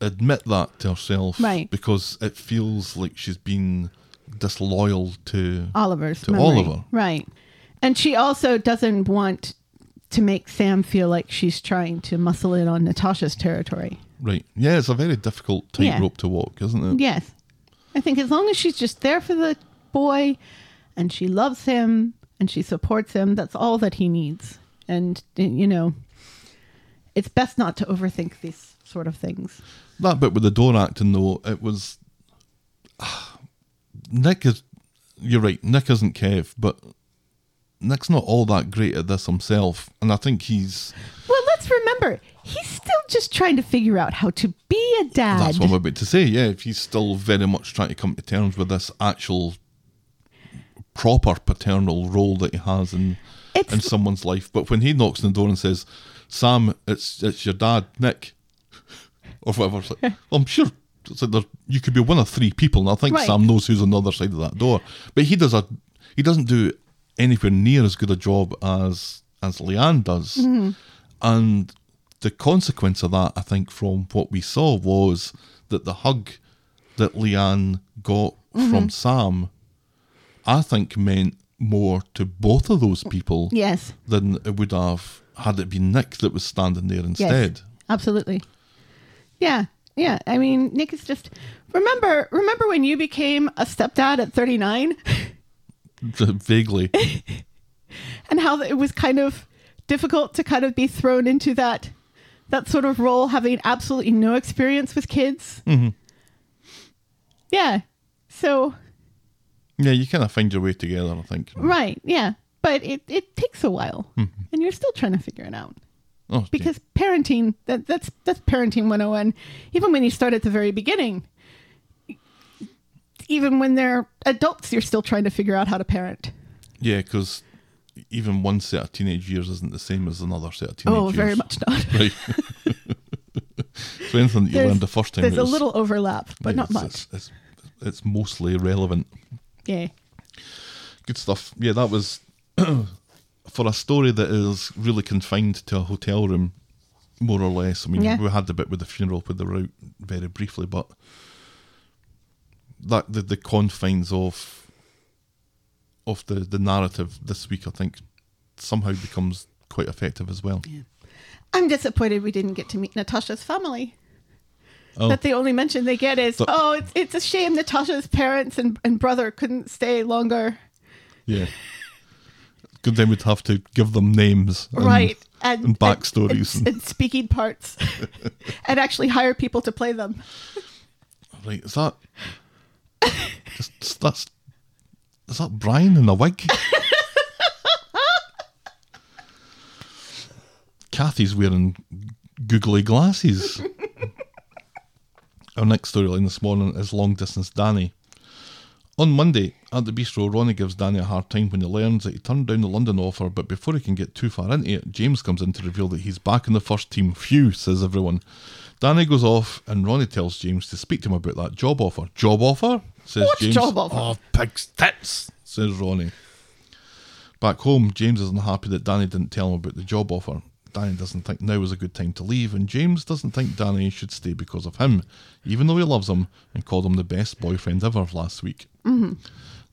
admit that to herself Right. because it feels like she's been disloyal to Oliver's to memory. Oliver. right? And she also doesn't want to make Sam feel like she's trying to muscle in on Natasha's territory. Right. Yeah, it's a very difficult Yeah. tightrope to walk, isn't it? Yes. I think as long as she's just there for the boy and she loves him and she supports him, that's all that he needs. And, you know, it's best not to overthink these sort of things. That bit with the door acting, though, it was. ah, Nick is. You're right, Nick isn't Kev, but Nick's not all that great at this himself. And I think he's. Well, let's remember, he's still just trying to figure out how to be a dad. That's what I'm about to say, yeah. If he's still very much trying to come to terms with this actual proper paternal role that he has in, It's- in someone's life. But when he knocks on the door and says, Sam, it's it's your dad, Nick, or whatever, it's like, well, I'm sure. It's like there, you could be one of three people, and I think Right. Sam knows who's on the other side of that door. But he does a, he doesn't do anywhere near as good a job as as Leanne does, Mm-hmm. and the consequence of that, I think, from what we saw was that the hug that Leanne got Mm-hmm. from Sam, I think, meant more to both of those people Yes. than it would have had it been Nick that was standing there instead. Absolutely. Yeah. Yeah. I mean, Nick is just remember remember when you became a stepdad at 39 Vaguely. and how it was kind of difficult to kind of be thrown into that that sort of role having absolutely no experience with kids. Mm-hmm. Yeah. So, Yeah, you kind of find your way together, I think. right. Yeah. But it, it takes a while Mm-hmm. and you're still trying to figure it out. Oh, dear. because parenting that, that's that's parenting 101 even when you start at the very beginning even when they're adults you're still trying to figure out how to parent Yeah, because even one set of teenage years isn't the same as another set of teenage oh years. very much not Right. so anything that you learned the first time there's it a was- little overlap but yeah, not it's- much It's, it's, it's mostly relevant. yeah Good stuff. Yeah, that was for a story that is really confined to a hotel room, more or less. I mean, Yeah. we had the bit with the funeral, but they were out very briefly, but that the, the confines of of the, the narrative this week, I think, somehow becomes quite effective as well. i'm disappointed we didn't get to meet natasha's family Oh. that the only mention they get is So- oh it's, it's a shame natasha's parents and, and brother couldn't stay longer Yeah. Good then we'd have to give them names. and- right and, Um, and backstories and- and, and, and speaking parts and actually hire people to play them Right, is that just that's is that Brian in a wig? Kathy's wearing googly glasses. Our next storyline this morning is long distance Danny. On Monday, at the bistro, Ronnie gives Danny a hard time when he learns that he turned down the London offer, but before he can get too far into it, James comes in to reveal that he's back in the first team. Phew, says everyone. Danny goes off, and Ronnie tells James to speak to him about that job offer. Job offer? says What James. job offer? Oh, pig's tits, says Ronnie. Back home, James isn't happy that Danny didn't tell him about the job offer. Danny doesn't think now is a good time to leave, and James doesn't think Danny should stay because of him, even though he loves him and called him the best boyfriend ever last week.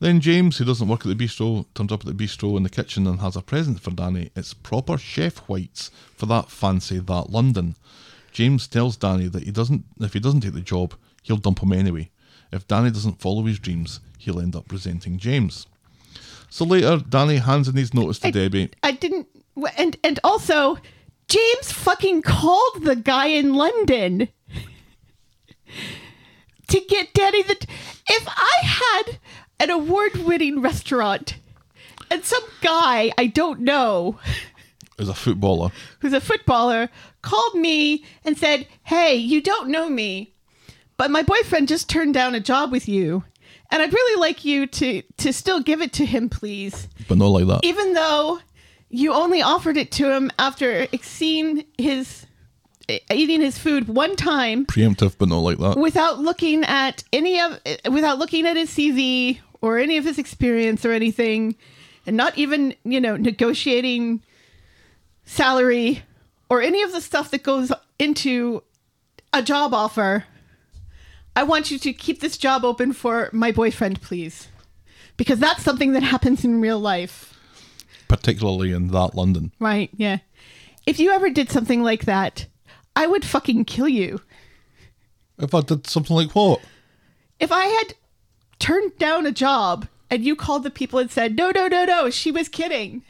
Then James, who doesn't work at the bistro, turns up at the bistro in the kitchen and has a present for Danny. It's proper chef whites for that fancy that London. James tells Danny that he doesn't if he doesn't take the job, he'll dump him anyway. If Danny doesn't follow his dreams, he'll end up resenting James. So later, Danny hands in his notice to I- Debbie. I didn't. w- And and also, James fucking called the guy in London to get Danny the. If I had an award-winning restaurant and some guy I don't know As a footballer, who's a footballer called me and said, "Hey, you don't know me, but my boyfriend just turned down a job with you." And I'd really like you to to still give it to him, please but not like that. even though you only offered it to him after seeing his eating his food one time Preemptive, but not like that. without looking at any of without looking at his CV or any of his experience or anything and not even, you know, negotiating salary or any of the stuff that goes into a job offer. I want you to keep this job open for my boyfriend, please. Because that's something that happens in real life. particularly in that London. Right, yeah. If you ever did something like that, I would fucking kill you. If I did something like what? If I had turned down a job and you called the people and said, no, no, no, no, she was kidding,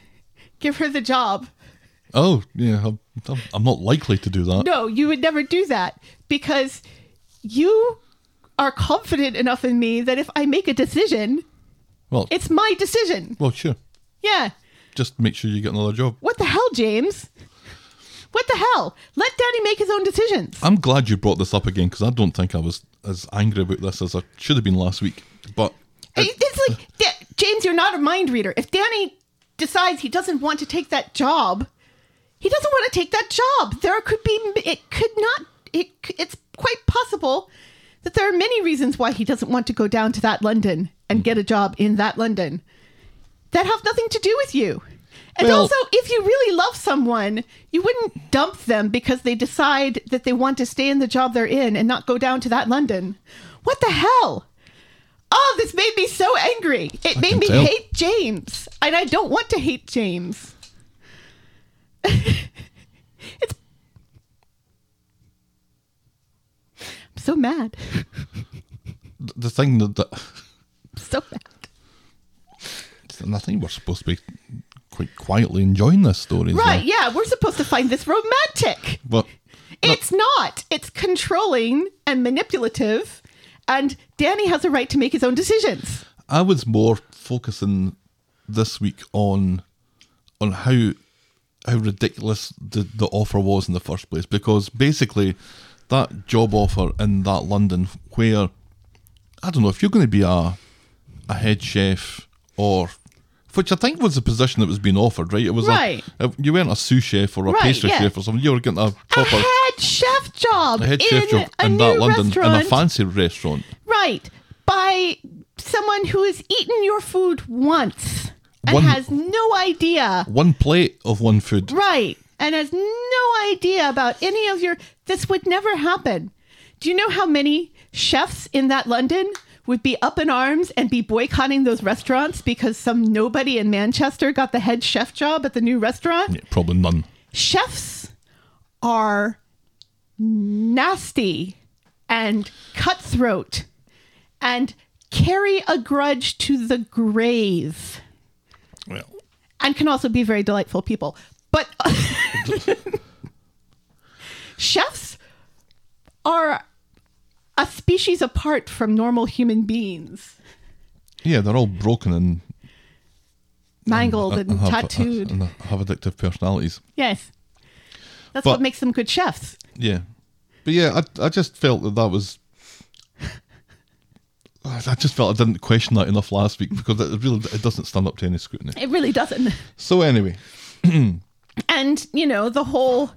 give her the job. Oh, yeah, I'm, I'm- I'm not likely to do that. No, you would never do that because you are confident enough in me that if I make a decision, Well, it's my decision. well, sure. Yeah. Just make sure you get another job. What the hell, James? What the hell? Let Danny make his own decisions. I'm glad you brought this up again because I don't think I was as angry about this as I should have been last week. But It- It's like, Da- James, you're not a mind reader. If Danny decides he doesn't want to take that job, he doesn't want to take that job. There could be, it could not, it, c- it's quite possible that there are many reasons why he doesn't want to go down to that London and get a job in that London that have nothing to do with you. And Well- also, if you really love someone, you wouldn't dump them because they decide that they want to stay in the job they're in and not go down to that London. What the hell? Oh, this made me so angry. It made can me tell. hate James. And I don't want to hate James. it's. I'm so mad. th- the thing that, that So mad. and I think we're supposed to be quite quietly enjoying this story. as well. Right, yeah, we're supposed to find this romantic. But It's not. It's controlling and manipulative. And Danny has a right to make his own decisions. I was more focusing this week on on how how ridiculous the, the offer was in the first place because basically that job offer in that London where I don't know if you're going to be a a head chef or which I think was the position that was being offered, right? It was a- Right. a, you weren't a sous chef or a Right, pastry yeah. chef or something. You were getting a A proper head chef job Oh, a head in chef job a in new that London restaurant. in a fancy restaurant. Right. By someone who has eaten your food once and One- has no idea. One plate of one food. Right. And has no idea about any of your. This would never happen. Do you know how many chefs in that London would be up in arms and be boycotting those restaurants because some nobody in Manchester got the head chef job at the new restaurant? Yeah, probably none. chefs are nasty and cutthroat and carry a grudge to the grave Well, and can also be very delightful people. But chefs are a species apart from normal human beings, Yeah, they're all broken and mangled and have, tattooed. and have addictive personalities. yes. That's But- what makes them good chefs. Yeah, but yeah, I I just felt that that was. I just felt I didn't question that enough last week because it really it doesn't stand up to any scrutiny. It really doesn't. So anyway, and you know the whole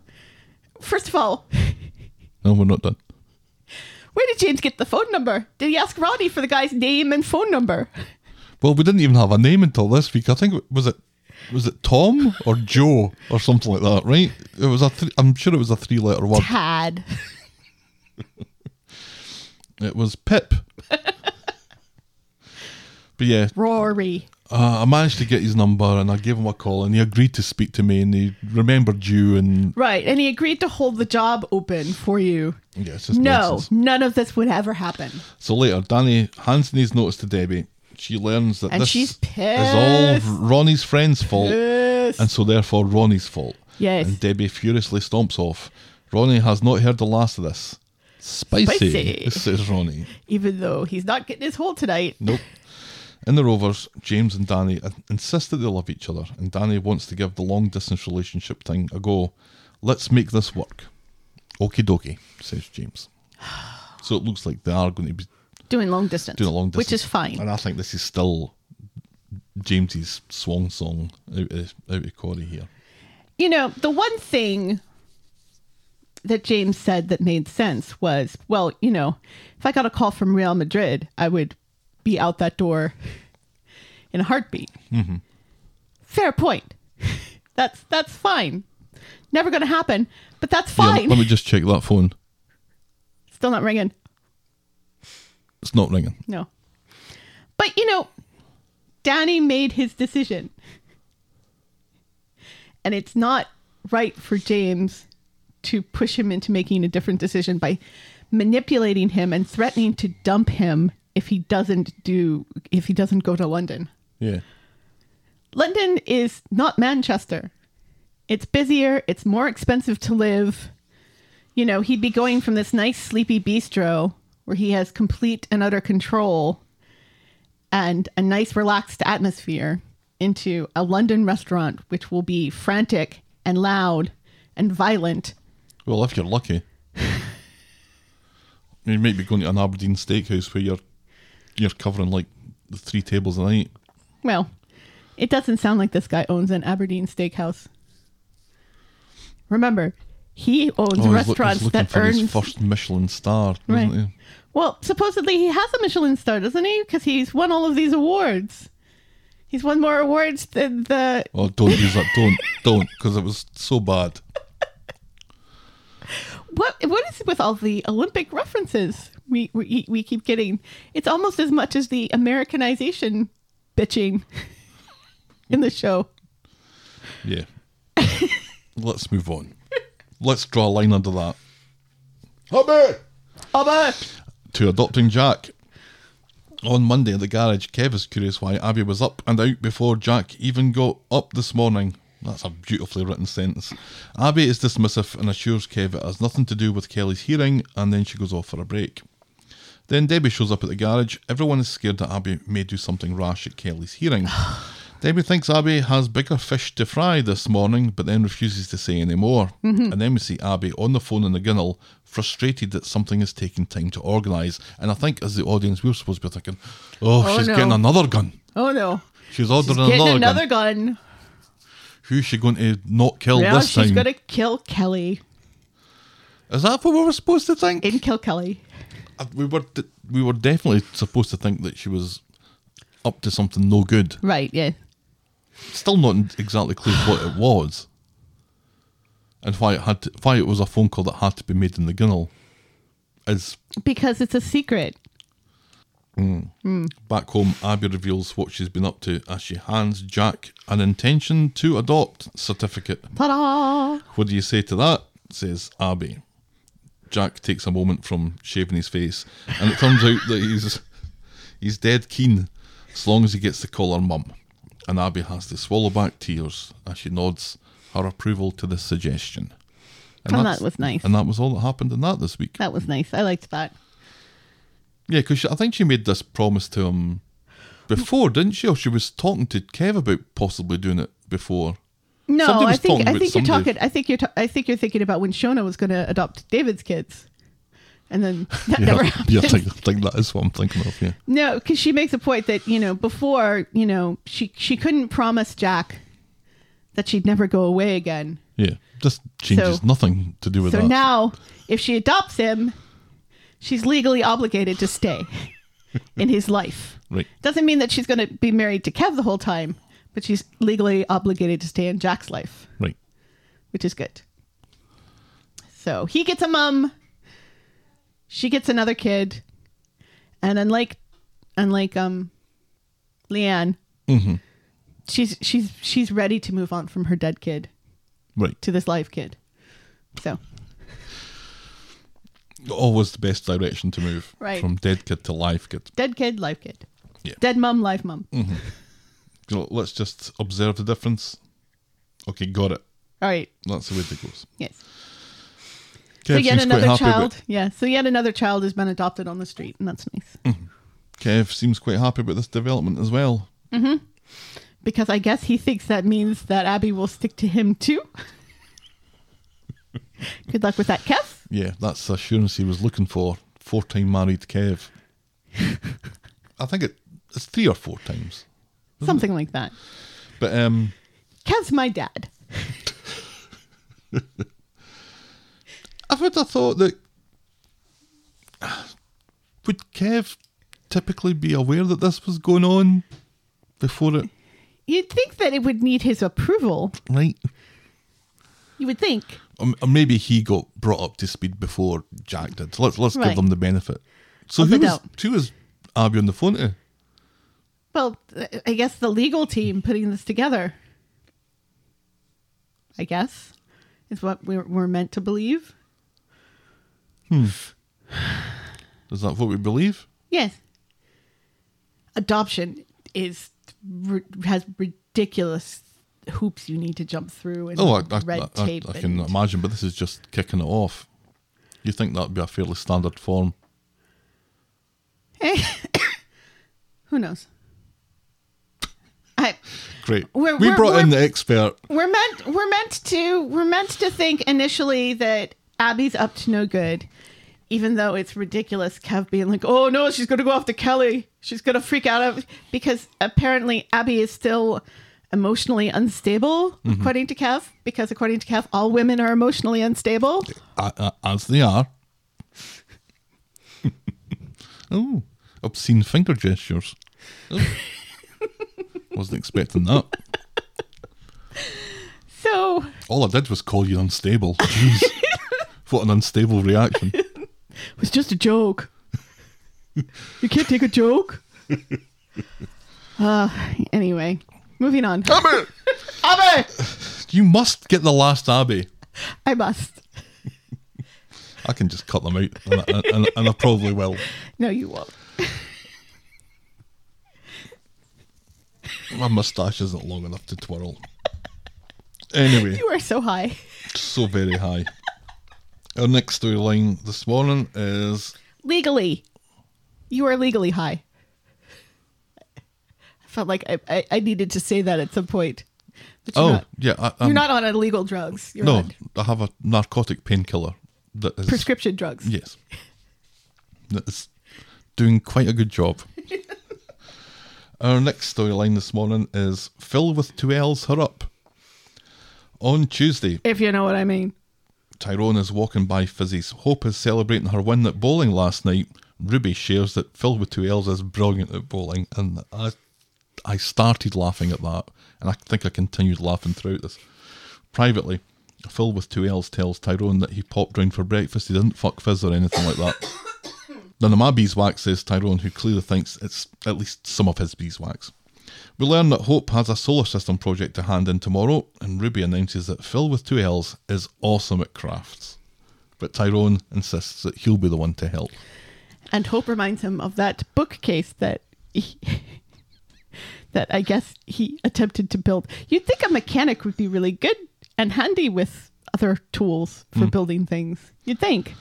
first of all no, we're not done. where did james get the phone number did he ask roddy for the guy's name and phone number Well, we didn't even have a name until this week. I think it- was it was it Tom or Joe or something like that, right? It was a three, I'm sure it was a three letter word. tad It was Pip. but yeah, rory Uh, I managed to get his number and I gave him a call and he agreed to speak to me and he remembered you and right and he agreed to hold the job open for you yeah, it's just no nonsense. none of this would ever happen So later, Danny hands in his notice to Debbie. She learns that And this she's is all pissed. Ronnie's friend's fault Oh. and so therefore Ronnie's fault. Yes. And Debbie furiously stomps off. Ronnie has not heard the last of this. Spicy, Spicy. says Ronnie. even though he's not getting his hole tonight Nope. In the Rovers, James and Danny uh, insist that they love each other, and Danny wants to give the long distance relationship thing a go. Let's make this work. Okie dokie, says James. So it looks like they are going to be doing long distance doing a long distance. which is fine And I think this is still James's swan song out of, out of Corey here. you know the one thing that James said that made sense was, well, you know, if I got a call from Real Madrid, I would be out that door in a heartbeat. Mm-hmm. Fair point. That's that's fine. Never going to happen, but that's Yeah, fine. let me just check that phone. Still not ringing. It's not ringing. No. But you know, Danny made his decision. and it's not right for James to push him into making a different decision by manipulating him and threatening to dump him if he doesn't do if he doesn't go to London. Yeah. London is not Manchester. It's busier, it's more expensive to live. You know, he'd be going from this nice sleepy bistro where he has complete and utter control and a nice relaxed atmosphere into a London restaurant which will be frantic and loud and violent. Well, if you're lucky, you might be going to an Aberdeen steakhouse where you're you're covering like the three tables a night. Well, it doesn't sound like this guy owns an Aberdeen steakhouse. Remember, he owns Oh, he's loo- he's restaurants looking that for earn his first Michelin star, Right. isn't he? Well, supposedly he has a Michelin star, doesn't he? Because he's won all of these awards. He's won more awards than the. Oh, don't use that. Don't, don't, because it was so bad. What what is it with all the Olympic references we we, we keep getting? It's almost as much as the Americanization bitching in the show. Yeah. Let's move on. Let's draw a line under that. Hubby! Abba! to adopting Jack. On Monday in the garage, Kev is curious why Abby was up and out before Jack even got up this morning. That's a beautifully written sentence. Abby is dismissive and assures Kev it has nothing to do with Kelly's hearing, and then she goes off for a break. Then Debbie shows up at the garage. Everyone is scared that Abby may do something rash at Kelly's hearing. Debbie thinks Abby has bigger fish to fry this morning, but then refuses to say any more. Mm-hmm. And then we see Abby on the phone in the Gunnel, frustrated that something is taking time to organise. And I think, as the audience, we are supposed to be thinking, oh, Oh, she's no. getting another gun. Oh no! She's ordering She's getting another, another gun. gun. Who's she going to not kill Now this she's time? gonna kill Kelly Is that what we were supposed to think? and kill Kelly. Uh, we were d- we were definitely supposed to think that she was up to something no good. Right? Yeah. Still not exactly clear what it was, and why it had to, why it was a phone call that had to be made in the Gunnel. Is Because it's a secret. back home, Abby reveals what she's been up to as she hands Jack an intention to adopt certificate. Ta-da! What do you say to that? says Abby. Jack takes a moment from shaving his face, and it turns out that he's he's dead keen as long as he gets to call her mum. And Abby has to swallow back tears as she nods her approval to this suggestion. And that's- that was nice. And that was all that happened in that this week. Yeah, That was nice. I liked that. 'cause yeah, because I think she made this promise to him before, didn't she? Or she was talking to Kev about possibly doing it before. No, Somebody was I think talking I about think you're somebody- talking. I think you're. Ta- I think you're thinking about when Shona was going to adopt David's kids, and then that never happened. yeah I, think, I think that is what I'm thinking of. Yeah, No, because she makes a point that you know before you know she she couldn't promise Jack that she'd never go away again. yeah, just changes So- nothing to do with So that. now, if she adopts him, she's legally obligated to stay in his life. Right. Doesn't mean that she's going to be married to Kev the whole time, but she's legally obligated to stay in Jack's life. Right. which is good. So he gets a mum. She gets another kid, and unlike, unlike um, Leanne, she's she's she's ready to move on from her dead kid Right. to this live kid. So Always the best direction to move. Right. From dead kid to live kid. dead kid, live kid. Yeah. Dead mum, live mum. You know, let's just observe the difference. Okay, got it. All right. That's the way that goes. Yes. Kev so yet seems quite another happy child. About, Yeah. So yet another child has been adopted on the street, and that's nice. Kev seems quite happy about this development as well. because I guess he thinks that means that Abby will stick to him too. Good luck with that, Kev. Yeah, that's the assurance he was looking for. Four time married Kev. I think it, it's three or four times. Something like that. But um, Kev's my dad. I would have thought that would Kev typically be aware that this was going on before it You'd think that it would need his approval. right? You would think. or or maybe he got brought up to speed before Jack did. So let's let's give Right. them the benefit. So Of who the was, doubt. who was Abby on the phone to? Well, I guess the legal team putting this together. I guess, is what we're, we're meant to believe. Hmm. Is that what we believe? Yes. Adoption is ri- has ridiculous hoops you need to jump through and Oh, I, I, red I- I- tape. I can and- imagine, but this is just kicking it off. You think that'd be a fairly standard form? Who knows? I, Great. We're- we we're- brought in the we're- expert. we're meant we're meant to we're meant to think initially that Abby's up to no good, even though it's ridiculous. Kev being like, "Oh no, she's gonna go after Kelly. She's gonna freak out of because apparently Abby is still emotionally unstable, according to Kev. Because according to Kev, all women are emotionally unstable. uh, uh, as they are. oh, obscene finger gestures. Oh. Wasn't expecting that. So All I did was call you unstable. Jeez. what an unstable reaction. it was just a joke. you can't take a joke. uh, anyway, moving on. Abby! Abby, You must get the last Abby. I must. I can just cut them out, and I, and, and I probably will. No, you won't. My moustache isn't long enough to twirl. Anyway. You are so high. so very high. Our next storyline this morning is Legally. You are legally high. I felt like I, I, I needed to say that at some point. But you're oh not, yeah, I, I'm, you're not on illegal drugs. You're no, on I have a narcotic painkiller that is prescription drugs. yes, that is doing quite a good job. Our next storyline this morning is Phil with two L's her up. On Tuesday, If you know what I mean. Tyrone is walking by Fizzy's. Hope is celebrating her win at bowling last night. Ruby shares that Phil with two L's is brilliant at bowling, and I, I started laughing at that, and I think I continued laughing throughout this. Privately, Phil with two L's tells Tyrone that he popped round for breakfast. He didn't fuck Fizz or anything like that. None of my beeswax, says Tyrone, who clearly thinks it's at least some of his beeswax. We learn that Hope has a solar system project to hand in tomorrow, and Ruby announces that Phil with two L's is awesome at crafts. But Tyrone insists that he'll be the one to help. And Hope reminds him of that bookcase that he, that I guess he attempted to build. You'd think a mechanic would be really good and handy with other tools for building things. You'd think.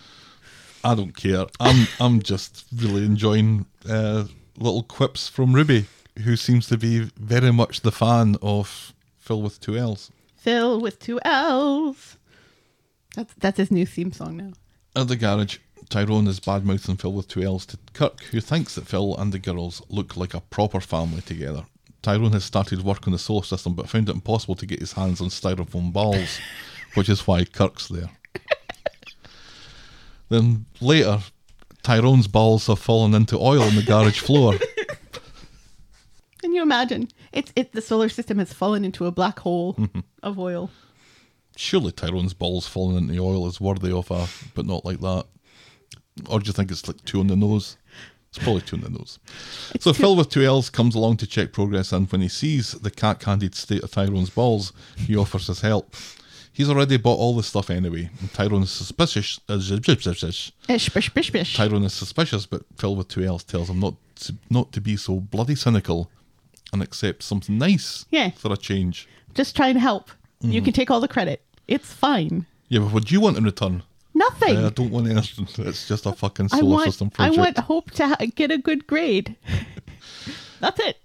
I don't care. I'm I'm just really enjoying uh, little quips from Ruby, who seems to be very much the fan of Phil with two L's. Phil with two L's. That's that's his new theme song now. At the garage, Tyrone is bad mouthing Phil with two L's to Kirk, who thinks that Phil and the girls look like a proper family together. Tyrone has started work on the solar system but found it impossible to get his hands on styrofoam balls, which is why Kirk's there. then later, Tyrone's balls have fallen into oil on the garage floor. Can you imagine? It's it the solar system has fallen into a black hole of oil. Surely Tyrone's balls falling into oil is worthy of a, but not like that. Or do you think it's like two on the nose? It's probably two on the nose. so Phil with two L's comes along to check progress, and when he sees the cat-handed state of Tyrone's balls, he offers his help. He's already bought all the stuff anyway, and Tyrone is suspicious. uh, Ish bish bish bish. Tyrone is suspicious, but Phil with two L's tells him not to, not to be so bloody cynical, and accept something nice Yeah. for a change. Just try and help. You can take all the credit. It's fine. Yeah, but what do you want in return? Nothing. I don't want anything. It's just a fucking I solar want system I project. want hope to ha- get a good grade. that's it.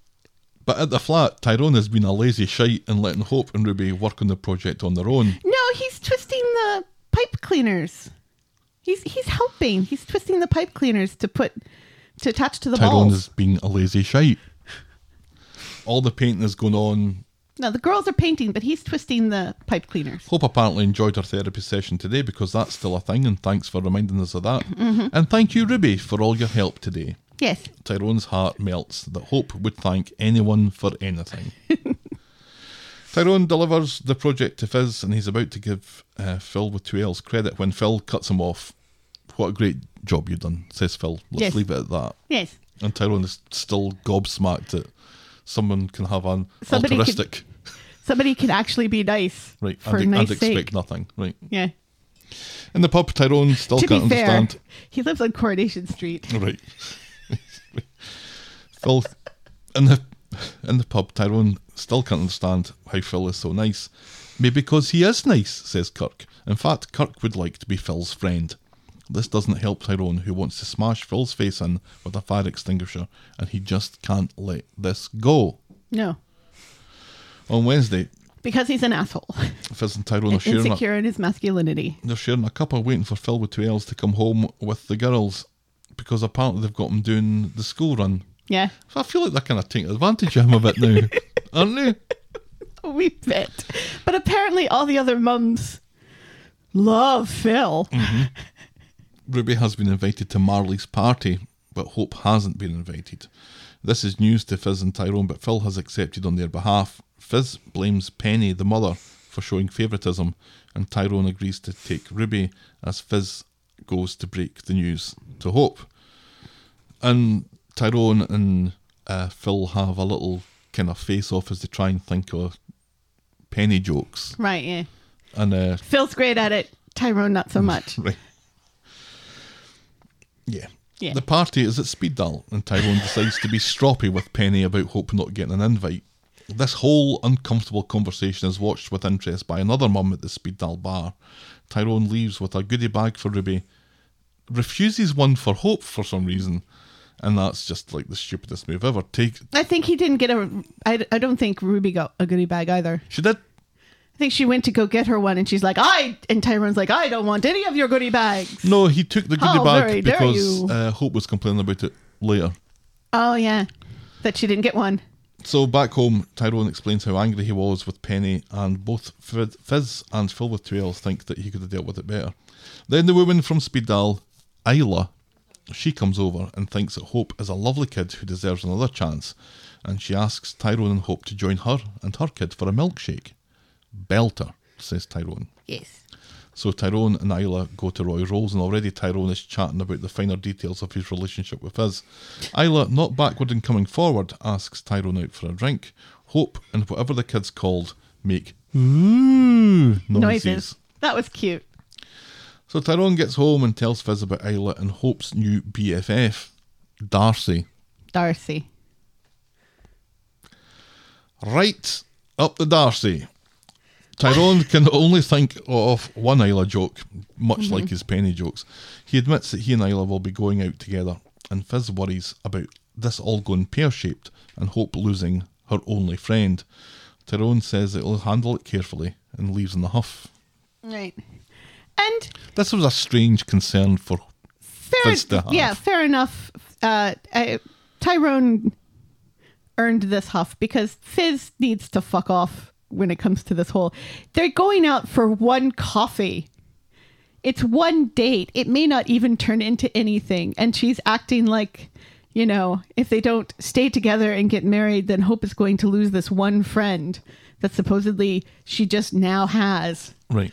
But at the flat, Tyrone has been a lazy shite and letting Hope and Ruby work on the project on their own. No, he's twisting the pipe cleaners. He's he's helping. He's twisting the pipe cleaners to put to attach to the Tyrone balls. has been a lazy shite. All the painting is going on. No, the girls are painting, but he's twisting the pipe cleaners. Hope apparently enjoyed her therapy session today because that's still a thing, and thanks for reminding us of that. Mm-hmm. And thank you, Ruby, for all your help today. Yes. Tyrone's heart melts that Hope would thank anyone for anything. Tyrone delivers the project to Fizz and he's about to give uh, Phil with two L's credit when Phil cuts him off. What a great job you've done, says Phil. Let's Yes. leave it at that. Yes. And Tyrone is still gobsmacked that someone can have an Somebody could- altruistic Somebody can actually be nice Right. for and, nice and sake. expect nothing. Right. Yeah. In the pub, Tyrone still to can't be fair, understand. he lives on Coronation Street. Right. Phil in the in the pub, Tyrone still can't understand how Phil is so nice. Maybe because he is nice, says Kirk. In fact, Kirk would like to be Phil's friend. This doesn't help Tyrone, who wants to smash Phil's face in with a fire extinguisher, and he just can't let this go. No, On Wednesday, because he's an asshole, Fizz and Tyrone are sharing a, insecure in his masculinity. they're sharing a cuppa waiting for Phil with two L's to come home with the girls because apparently they've got him doing the school run. Yeah, So I feel like they're kind of taking advantage of him a bit now, aren't they? a wee bit. But apparently, all the other mums love Phil. Ruby has been invited to Marley's party, but Hope hasn't been invited. This is news to Fizz and Tyrone, but Phil has accepted on their behalf. Fizz blames Penny, the mother, for showing favouritism, and Tyrone agrees to take Ruby as Fizz goes to break the news to Hope. And Tyrone and uh, Phil have a little kind of face off as they try and think of Penny jokes. Right? Yeah, And uh, Phil's great at it. Tyrone, not so much. Right. Yeah. Yeah. The party is at speed dial, and Tyrone decides to be stroppy with Penny about Hope not getting an invite. This whole uncomfortable conversation is watched with interest by another mum at the speed dial bar. Tyrone leaves with a goodie bag for Ruby, refuses one for Hope for some reason, and that's just like the stupidest move ever. Take I think he didn't get a. I, I don't think Ruby got a goodie bag either. she did I think she went to go get her one, and she's like, "I." And Tyrone's like, "I don't want any of your goodie bags." no, he took the goodie How very bag dare because you. uh, Hope was complaining about it later. Oh yeah, that she didn't get one. So back home, Tyrone explains how angry he was with Penny, and both Fid- Fizz and Phil with two L's think that he could have dealt with it better. Then the woman from Speedal, Isla, she comes over and thinks that Hope is a lovely kid who deserves another chance, and she asks Tyrone and Hope to join her and her kid for a milkshake. Belter, says Tyrone. Yes. So Tyrone and Isla go to Roy Rolls, and already Tyrone is chatting about the finer details of his relationship with Fizz. Isla, not backward in coming forward, asks Tyrone out for a drink. Hope and whatever the kid's called make ooh Noises. noises. That was cute. So Tyrone gets home and tells Fizz about Isla and Hope's new BFF, Darcy. Darcy. Right up the Darcy. Tyrone can only think of one Isla joke, much like his Penny jokes. He admits that he and Isla will be going out together, and Fizz worries about this all going pear shaped and Hope losing her only friend. Tyrone says that he'll handle it carefully and leaves in a huff. Right. And This was a strange concern for. fair, Fits the huff. yeah, fair enough. Uh, I, Tyrone earned this huff because Fizz needs to fuck off when it comes to this whole. They're going out for one coffee. It's one date. It may not even turn into anything. And she's acting like, you know, if they don't stay together and get married, then Hope is going to lose this one friend that supposedly she just now has. Right.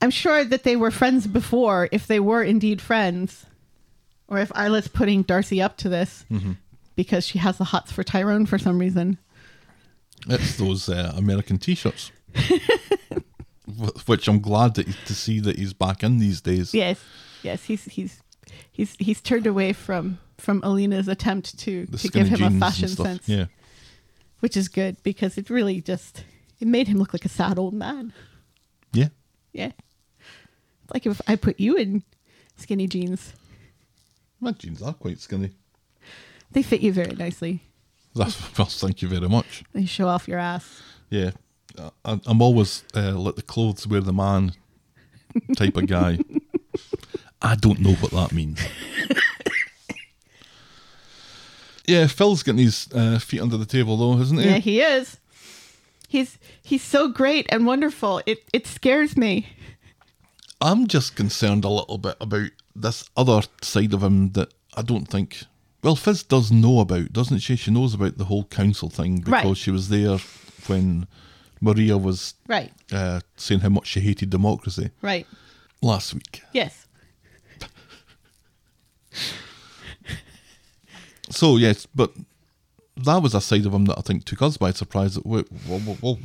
I'm sure that they were friends before, if they were indeed friends, or if Isla's putting Darcy up to this Mm-hmm. because she has the hots for Tyrone for some reason. It's those uh, American t shirts. Which I'm glad that, to see that he's back in these days. Yes, yes, he's he's he's he's turned away from from Alina's attempt to The to give skinny him jeans a and fashion stuff. sense, Yeah. which is good because it really just it made him look like a sad old man. Yeah. Yeah, like if I put you in skinny jeans, My jeans are quite skinny. they fit you very nicely. That's well, thank you very much. They show off your ass. Yeah, I, I'm always uh, let the clothes wear the man type of guy. I don't know what that means. yeah, Phil's getting his uh, feet under the table though, isn't he? Yeah, he is. He's he's so great and wonderful. It it scares me. I'm just concerned a little bit about this other side of him that I don't think. Well, Fizz does know about, doesn't she? She knows about the whole council thing because Right. she was there when Maria was Right. uh, saying how much she hated democracy Right. last week. Yes. So yes, but that was a side of him that I think took us by surprise. That we, well, well, well,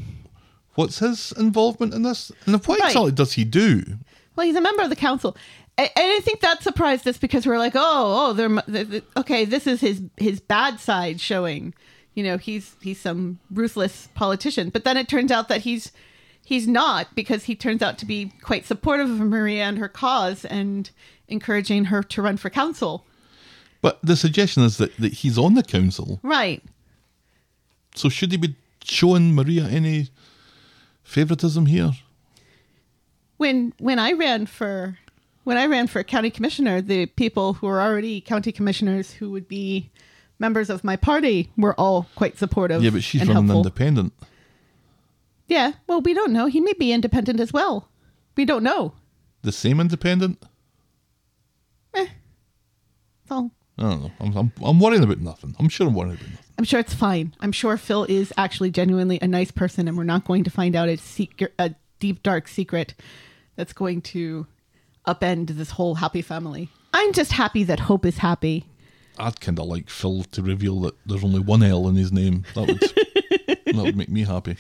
What's his involvement in this? And what Right. exactly does he do? Well, he's a member of the council. A- And I think that surprised us because we're like, oh, oh, they're, mu- th th- okay. This is his his bad side showing. You know, he's he's some ruthless politician. But then it turns out that he's he's not because he turns out to be quite supportive of Maria and her cause and encouraging her to run for council. But the suggestion is that, that he's on the council. Right. So should he be showing Maria any favouritism here? when when I ran for when I ran for county commissioner, the people who were already county commissioners who would be members of my party were all quite supportive. Yeah, but she's and running helpful. independent. Yeah, well, we don't know. He may be independent as well. We don't know. The same independent? So I don't know. I'm, I'm, I'm worrying about nothing. I'm sure I'm worrying about nothing. I'm sure it's fine. I'm sure Phil is actually genuinely a nice person, and we're not going to find out a secret, a deep dark secret that's going to upend this whole happy family. I'm just happy that Hope is happy. I'd kind of like Phil to reveal that there's only one L in his name. That would that would make me happy.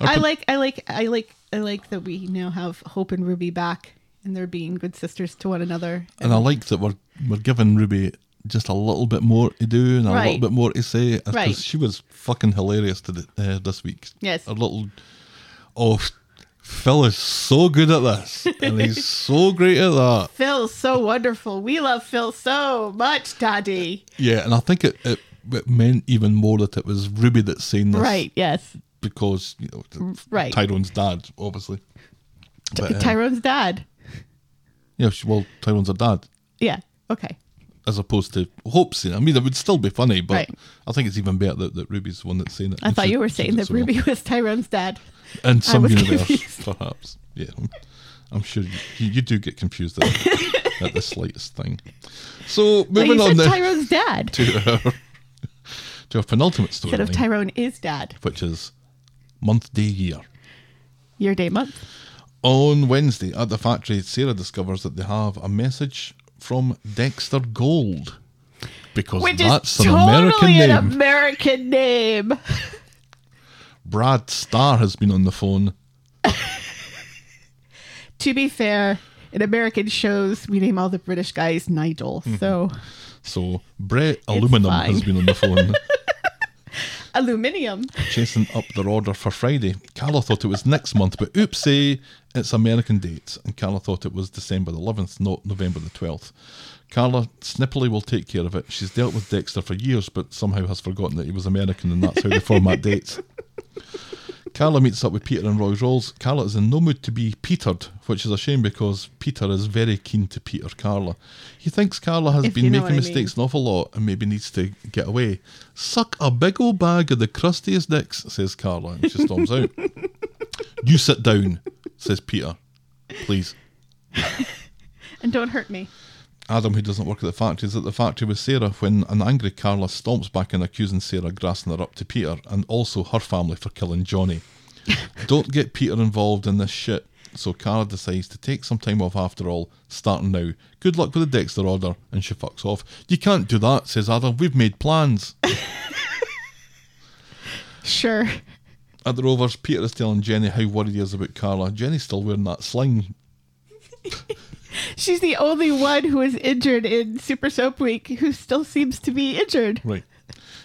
Or I pot- like I like I like I like that we now have Hope and Ruby back and they're being good sisters to one another. and I like that we're we're giving Ruby just a little bit more to do and a Right. little bit more to say because Right. she was fucking hilarious to the, uh, this week. Yes. a little. Oh, Phil is so good at this, and he's so great at that. Phil's so wonderful. We love Phil so much, Daddy. Yeah, and I think it, it it meant even more that it was Ruby that's saying this, Right, yes. Because you know, Right. Tyrone's dad, obviously. But, uh, Tyrone's dad. Yeah, she, well, Tyrone's her dad, Yeah. Okay. as opposed to Hope's saying. it. I mean, it would still be funny, but Right. I think it's even better that, that Ruby's the one that's saying it. I And thought she- you were she saying did that so well. Ruby was Tyrone's dad. In some was universe, confused. perhaps. Yeah, I'm, I'm sure you, you, you do get confused at, at the slightest thing. So Well, moving you on said now Tyrone's dad to our to our penultimate instead of storyline, Tyrone is dad. which is month, day, year. Your day month. On Wednesday at the factory, Sarah discovers that they have a message from Dexter Gold. Because Which that's is an American totally name. an American name. Brad Starr has been on the phone. to be fair, in American shows, we name all the British guys Nigel. Mm-hmm. So So Brett Aluminum has fine. been on the phone, aluminium. chasing up their order for Friday. Carla thought it was next month, but oopsie, it's American dates. And Carla thought it was December the 11th, not November the 12th. Carla snippily will take care of it. She's dealt with Dexter for years, but somehow has forgotten that he was American, and that's how they format dates. Carla meets up with Peter and Roy's Rolls. Carla is in no mood to be petered, which is a shame because Peter is very keen to Peter Carla. He thinks Carla has If been you know making what I mistakes an awful lot and maybe needs to get away. Suck a big old bag of the crustiest dicks, says Carla, and she storms out. You sit down, says Peter. Please. And don't hurt me. Adam, who doesn't work at the factory, is at the factory with Sarah when an angry Carla stomps back in, accusing Sarah of grassing her up to Peter and also her family for killing Johnny. Don't get Peter involved in this shit. So Carla decides to take some time off after all, starting now. Good luck with the Dexter order, and she fucks off. You can't do that, says Adam. We've made plans. Sure. At the Rovers, Peter is telling Jenny how worried he is about Carla. Jenny's still wearing that sling. She's the only one who is injured in Super Soap Week who still seems to be injured. Right.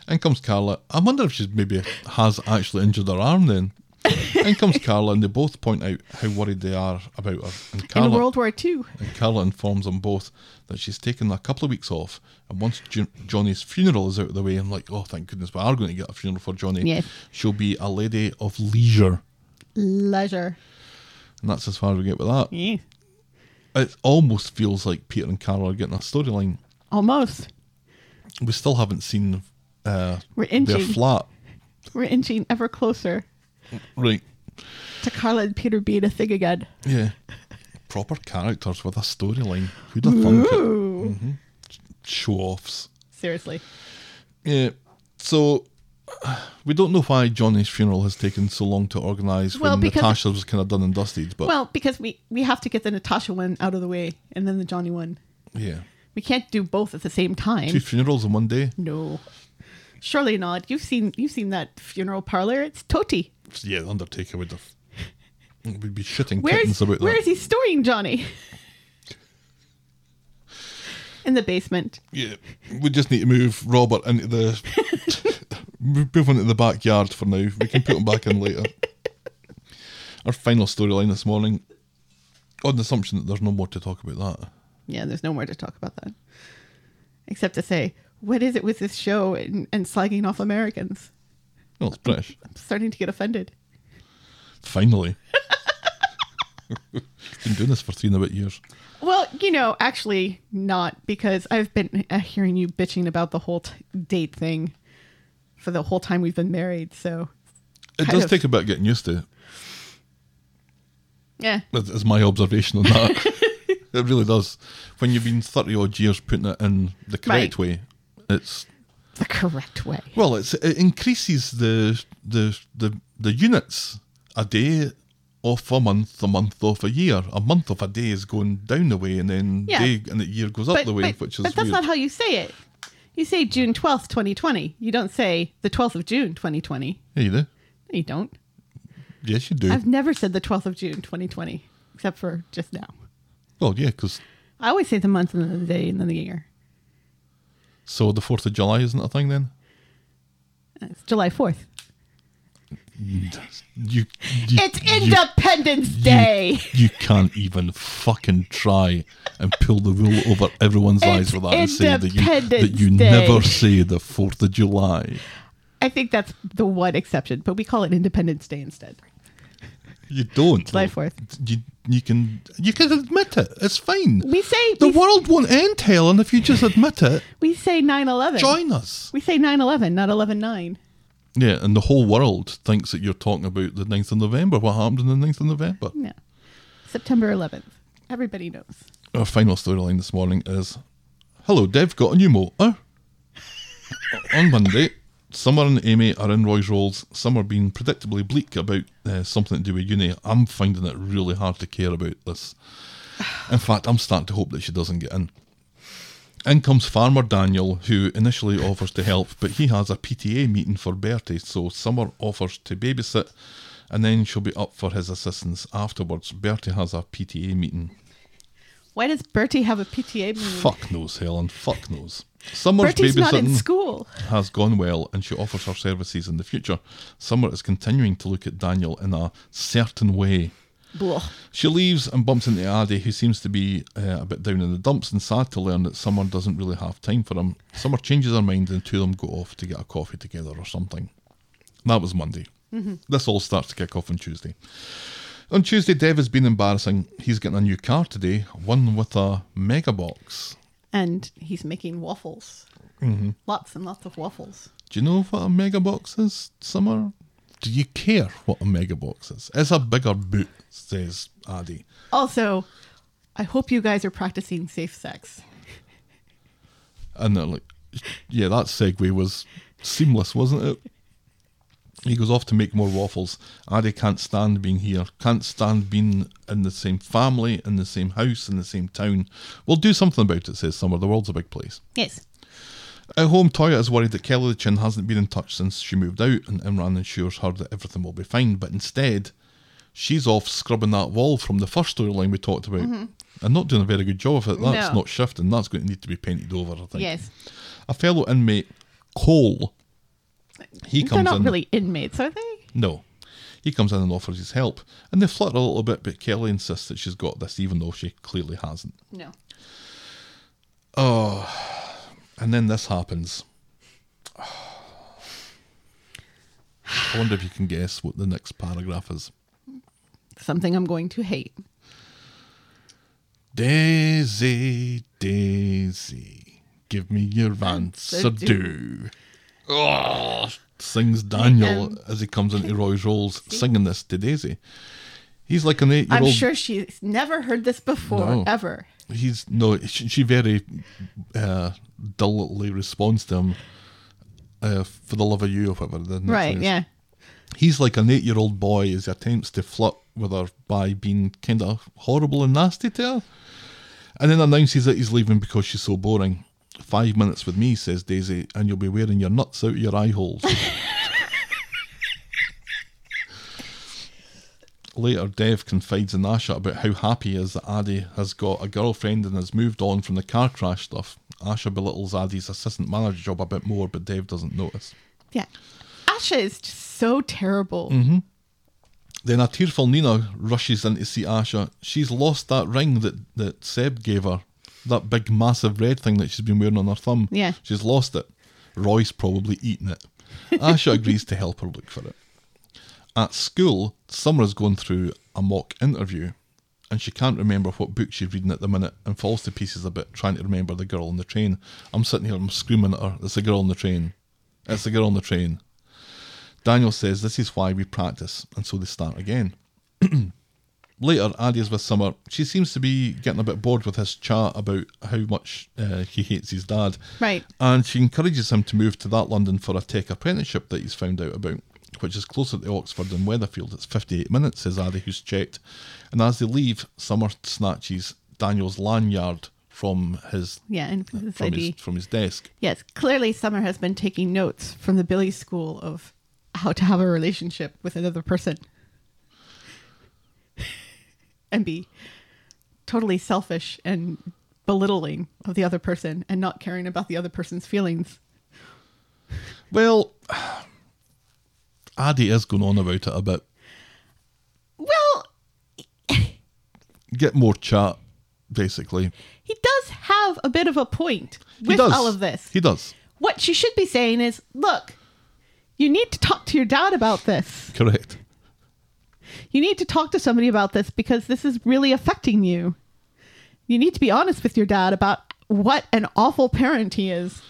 In comes Carla. I wonder if she's maybe has actually injured her arm then. In comes Carla, and they both point out how worried they are about her. And Carla, In World War II. and Carla informs them both that she's taken a couple of weeks off, and once jo- Johnny's funeral is out of the way, I'm like, oh, thank goodness, we are going to get a funeral for Johnny. Yes. She'll be a lady of leisure. Leisure. And that's as far as we get with that. Yeah. It almost feels like Peter and Carla are getting a storyline. Almost. We still haven't seen uh, We're their inching. flat. We're inching ever closer Right. to Carla and Peter being a thing again. Yeah. Proper characters with a storyline. Who'd have thunk it? Ooh. Show offs. Seriously. Yeah. So we don't know why Johnny's funeral has taken so long to organise Well, when because- Natasha was kind of done and dusted. But Well, because we, we have to get the Natasha one out of the way and then the Johnny one. yeah, We can't do both at the same time. two funerals in one day. No. Surely not. You've seen you've seen that funeral parlor. It's Toti. Yeah, the Undertaker would have. Would be shitting Where's kittens about where that. is he storing Johnny? In the basement. Yeah, we just need to move Robert into the move him into the backyard for now. We can put him back in later. Our final storyline this morning, on the assumption that there's no more to talk about that. Yeah, there's no more to talk about that. Except to say, what is it with this show and, and slagging off Americans? Well, it's British. I'm starting to get offended. Finally, been doing this for three and a bit years. Well, you know, actually not because I've been uh, hearing you bitching about the whole t- date thing for the whole time we've been married. So, It Kind does of. take a bit getting used to. yeah. That's that's my observation on that. it really does. When you've been thirty odd years putting it in the correct Right. way, it's the correct way. Well, it's, it increases the the the the units a day off a month, a month off a year, a month off a day is going down the way, and then Yeah. day and the year goes up the way, which is but that's weird. not how you say it. You say June 12th, 2020. You don't say the 12th of June, 2020. yeah, you do. No, you don't. Yes, you do. I've never said the 12th of June, 2020, except for just now. well, yeah, because I always say the month and then the day and then the year. so the Fourth of July isn't a thing then. It's July 4th. You, you It's you- Independence you- Day. You can't even fucking try and pull the wool over everyone's eyes It's with that and say that you, that you Independence Day. never say the 4th of July. I think that's the one exception, but we call it Independence Day instead. You don't. July though. 4th. You, you can you can admit it. It's fine. We say- the we- world won't end, Helen, if you just admit it. We say 9 11. Join us. We say 9 11, not 11 9. Yeah, and the whole world thinks that you're talking about the 9th of November. What happened on the 9th of November? No. September 11th. Everybody knows. Our final storyline this morning is Hello, Dev got a new motor. on Monday, Summer and Amy are in Roy's Rolls. Summer being predictably bleak about uh, something to do with uni. I'm finding it really hard to care about this. In fact, I'm starting to hope that she doesn't get in. In comes Farmer Daniel, who initially offers to help, but he has a PTA meeting for Bertie, so Summer offers to babysit, and then she'll be up for his assistance afterwards. Bertie has a PTA meeting. Why does Bertie have a PTA meeting? Fuck knows, Helen. Fuck knows. Summer's Bertie's not in babysitting school. has gone well, and she offers her services in the future. Summer is continuing to look at Daniel in a certain way. She leaves and bumps into Addy, who seems to be uh, a bit down in the dumps and sad to learn that Summer doesn't really have time for him. Summer changes her mind, and the two of them go off to get a coffee together or something. That was Monday. Mm-hmm. This all starts to kick off on Tuesday. On Tuesday, Dev has been embarrassing. He's getting a new car today, one with a mega box. And he's making waffles. Mm-hmm. Lots and lots of waffles. Do you know what a mega box is, Summer? Do you care what a mega box is? It's a bigger boot, says Addy. Also, I hope you guys are practicing safe sex. And they're like, yeah, that segue was seamless, wasn't it? He goes off to make more waffles. Addy can't stand being here, can't stand being in the same family, in the same house, in the same town. We'll do something about it, says Summer. The world's a big place. Yes. At home, Toya is worried that Kelly the Chin hasn't been in touch since she moved out, and Imran assures her that everything will be fine. But instead, she's off scrubbing that wall from the first storyline we talked about. And not doing a very good job of it. That's Mm-hmm. No. not shifting. That's going to need to be painted over, I think. Yes. A fellow inmate, Cole, he They're comes not in. really inmates, are they? No. He comes in and offers his help. And they flirt a little bit, but Kelly insists that she's got this, even though she clearly hasn't. No. Oh, And then this happens. I wonder if you can guess what the next paragraph is. Something I'm going to hate. Daisy, Daisy, give me your answer do. do. Oh, sings Daniel Um, as he comes into Roy's Rolls singing this to Daisy. He's like an eight year I'm old. sure she's never heard this before, No. ever. He's no, she, she very uh, dully responds to him uh, for the love of you or whatever. the next Right, thing is. yeah. he's like an eight year old boy as he attempts to flirt with her by being kind of horrible and nasty to her. And then announces that he's leaving because she's so boring. Five minutes with me, says Daisy, and you'll be wearing your nuts out of your eye holes. Later, Dev confides in Asha about how happy he is that Addy has got a girlfriend and has moved on from the car crash stuff. Asha belittles Addy's assistant manager job a bit more, but Dev doesn't notice. Yeah. Asha is just so terrible. Mm-hmm. Then a tearful Nina rushes in to see Asha. She's lost that ring that, that Seb gave her, that big massive red thing that she's been wearing on her thumb. Yeah. She's lost it. Roy's probably eaten it. Asha agrees to help her look for it. At school, Summer's going through a mock interview and she can't remember what book she's reading at the minute and falls to pieces a bit trying to remember the girl on the train. I'm sitting here, I'm screaming at her, it's the girl on the train. It's the girl on the train. Daniel says this is why we practice, and so they start again. Later, Addy is with Summer. She seems to be getting a bit bored with his chat about how much uh, he hates his dad. Right. And she encourages him to move to that London for a tech apprenticeship that he's found out about, which is closer to Oxford than Weatherfield. It's 58 minutes, says Addy, who's checked. And as they leave, Summer snatches Daniel's lanyard from his, Yeah, and this from ID. his, from his desk. Yes, clearly Summer has been taking notes from the Billy School of how to have a relationship with another person and be totally selfish and belittling of the other person and not caring about the other person's feelings. Well, Addy is going on about it a bit. Well, Get more chat, basically. he does have a bit of a point he with does. all of this. He does. what she should be saying is, look, you need to talk to your dad about this. Correct. you need to talk to somebody about this because this is really affecting you. You need to be honest with your dad about what an awful parent he is.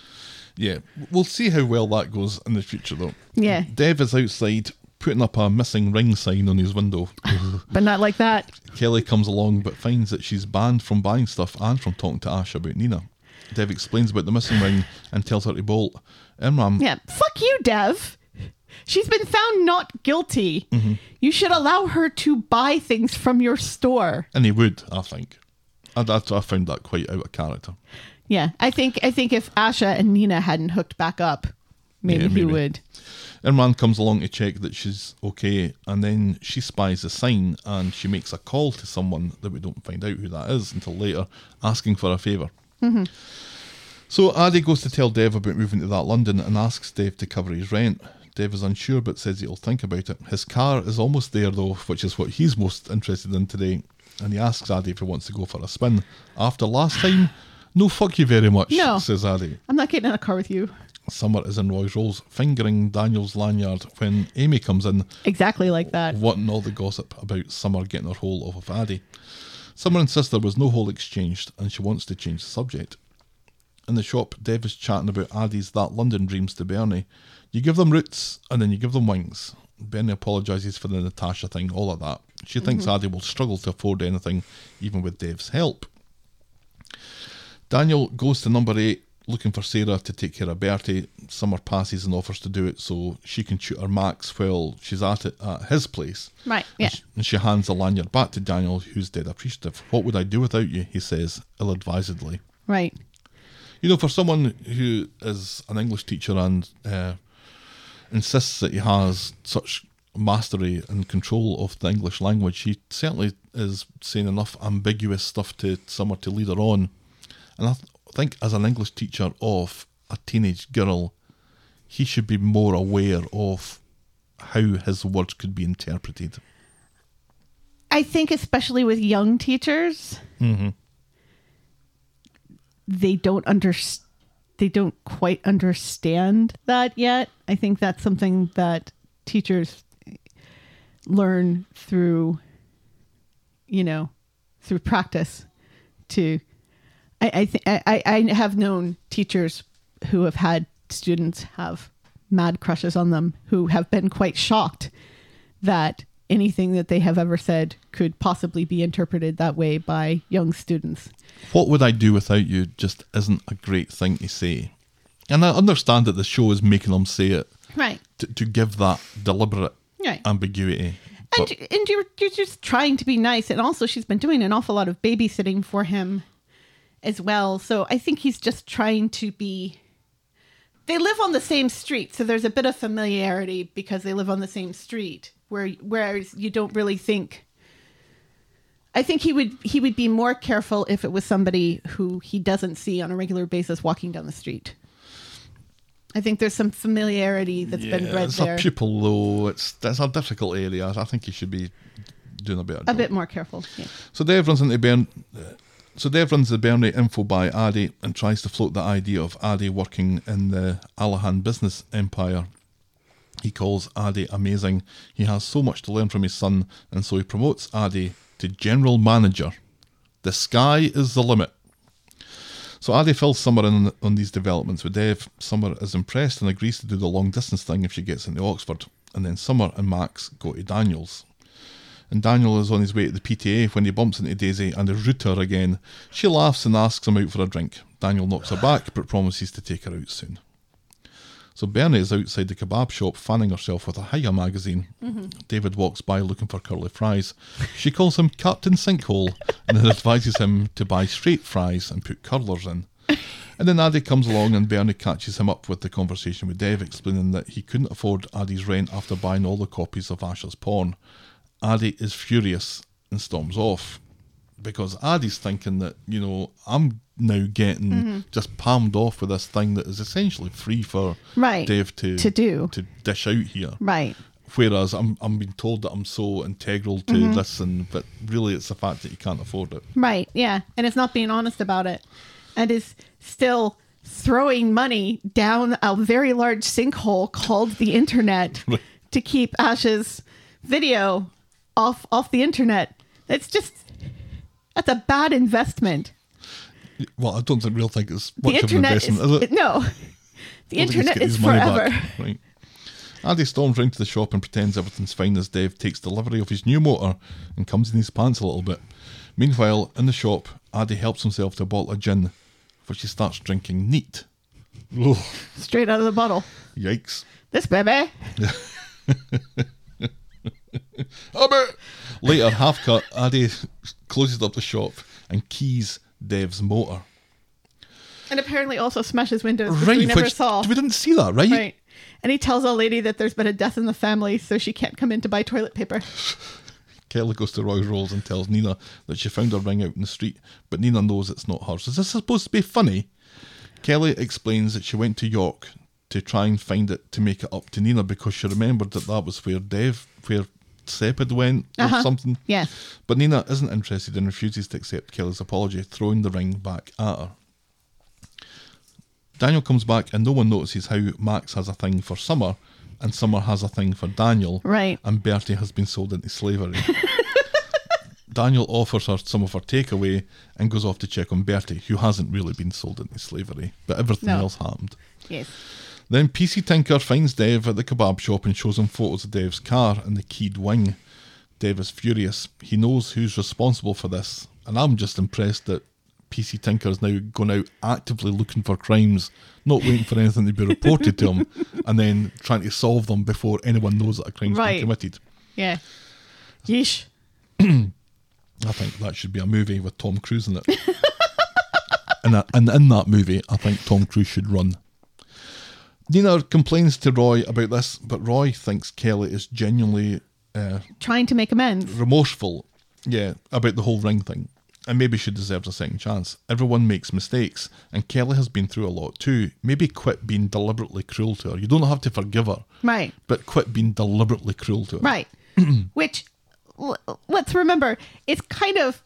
Yeah. We'll see how well that goes in the future, though. Yeah. Dev is outside putting up a missing ring sign on his window. But not like that. Kelly comes along but finds that she's banned from buying stuff and from talking to Ash about Nina. Dev explains about the missing ring and tells her to bolt. Imram Yeah. Fuck you, Dev. She's been found not guilty. Mm-hmm. You should allow her to buy things from your store. and he would, I think. I, I, I found that quite out of character. Yeah. I think I think if Asha and Nina hadn't hooked back up, maybe Yeah, he maybe. would. Imran comes along to check that she's okay, and then she spies a sign and she makes a call to someone that we don't find out who that is until later, asking for a favor So Addy goes to tell Dev about moving to that London and asks Dev to cover his rent. Dev is unsure but says he'll think about it. His car is almost there though, which is what he's most interested in today, and he asks Addy if he wants to go for a spin. After last time, no fuck you very much, No. says Addy. I'm not getting in a car with you. Summer is in Roy's Rolls, fingering Daniel's lanyard when Amy comes in, Exactly like that. wanting all the gossip about Summer getting her hole off of Addy. Summer insists there was no hole exchanged and she wants to change the subject. In the shop, Dev is chatting about Addy's That London Dreams to Bernie. You give them roots and then you give them wings. Bernie apologises for the Natasha thing, all of that. She thinks Mm-hmm. Addy will struggle to afford anything, even with Dev's help. Daniel goes to number eight looking for Sarah to take care of Bertie. Summer passes and offers to do it so she can shoot her max while she's at it at his place. Right, And yeah. sh- And she hands the lanyard back to Daniel, who's dead appreciative. What would I do without you? He says, ill advisedly. Right. You know, for someone who is an English teacher and uh, insists that he has such mastery and control of the English language, he certainly is saying enough ambiguous stuff to someone to lead her on. And I th- think, as an English teacher of a teenage girl, he should be more aware of how his words could be interpreted. I think especially with young teachers, they don't under they don't quite understand that yet. I think that's something that teachers learn through, you know, through practice. To, I I, th- I I I have known teachers who have had students have mad crushes on them who have been quite shocked that anything that they have ever said could possibly be interpreted that way by young students. What would I do without you just isn't a great thing to say. And I understand that the show is making them say it Right. to, to give that deliberate Right. ambiguity. And, But and you're, you're just trying to be nice. And also, she's been doing an awful lot of babysitting for him as well. So I think he's just trying to be. They live on the same street, so there's a bit of familiarity because they live on the same street. Where whereas you don't really think. I think he would he would be more careful if it was somebody who he doesn't see on a regular basis walking down the street. I think there's some familiarity that's Yeah, been bred it's there. a pupil though. It's that's a difficult area. I think he should be doing a better. a job. bit more careful. Yeah. So Dave runs into Bern. So Dave runs the Bernay info by Addy and tries to float the idea of Addy working in the Allahan business empire. He calls Addy amazing. He has so much to learn from his son, and so he promotes Addy to general manager. The sky is the limit. So Addy fills Summer in on these developments with Dave. Summer is impressed and agrees to do the long distance thing if she gets into Oxford. And then Summer and Max go to Daniels and Daniel is on his way to the PTA when he bumps into Daisy and they root her again. She laughs and asks him out for a drink. Daniel knocks her back but promises to take her out soon. So Bernie is outside the kebab shop fanning herself with a Hiya magazine. David walks by looking for curly fries. She calls him Captain Sinkhole and then advises him to buy straight fries and put curlers in. And then Addy comes along and Bernie catches him up with the conversation with Dave, explaining that he couldn't afford Addy's rent after buying all the copies of Asher's porn. Addy is furious and storms off because Addy's thinking that, you know, I'm now getting just palmed off with this thing that is essentially free for Right, Dave to, to do. to dish out here. Right. Whereas I'm I'm being told that I'm so integral to Mm-hmm. this and but really it's the fact that you can't afford it. Right. Yeah. And it's not being honest about it. And is still throwing money down a very large sinkhole called the internet to keep Ash's video off off the internet. It's just that's a bad investment. Well, I don't think real think it's The much of an internet is, investment, is it? no. The Don't think he's internet getting is his money forever. back. Right. Andy storms round to the shop and pretends everything's fine as Dave takes delivery of his new motor and comes in his pants a little bit. Meanwhile, in the shop, Andy helps himself to a bottle of gin, which he starts drinking neat. Oh, Straight out of the bottle. yikes. This baby. Abba! Later, half cut, Addy closes up the shop and keys Dev's motor. And apparently also smashes windows, which we never which- saw. We didn't see that, right? Right. And he tells old lady that there's been a death in the family, so she can't come in to buy toilet paper. Kelly goes to Roy's Rolls and tells Nina that she found her ring out in the street, but Nina knows it's not hers. Is this supposed to be funny? Kelly explains that she went to York to try and find it to make it up to Nina because she remembered that that was where Dev, where Sepp had went or something. Uh-huh. Yeah. But Nina isn't interested and refuses to accept Kelly's apology, throwing the ring back at her. Daniel comes back and no one notices how Max has a thing for Summer and Summer has a thing for Daniel. Right. And Bertie has been sold into slavery. Daniel offers her some of her takeaway and goes off to check on Bertie, who hasn't really been sold into slavery, but everything No. else happened. Yes. Then PC Tinker finds Dev at the kebab shop and shows him photos of Dev's car and the keyed wing. Dev is furious. He knows who's responsible for this, and I'm just impressed that PC Tinker is now going out actively looking for crimes, not waiting for anything to be reported to him, and then trying to solve them before anyone knows that a crime's Right. been committed. Yeah. Yeesh. I think that should be a movie with Tom Cruise in it. and, that- and in that movie, I think Tom Cruise should run. Nina complains to Roy about this, but Roy thinks Kelly is genuinely uh, Trying to make amends. remorseful, yeah, about the whole ring thing, and maybe she deserves a second chance. Everyone makes mistakes, and Kelly has been through a lot too. Maybe quit being deliberately cruel to her. You don't have to forgive her, Right. but quit being deliberately cruel to her. Right. Which, l- let's remember, it's kind of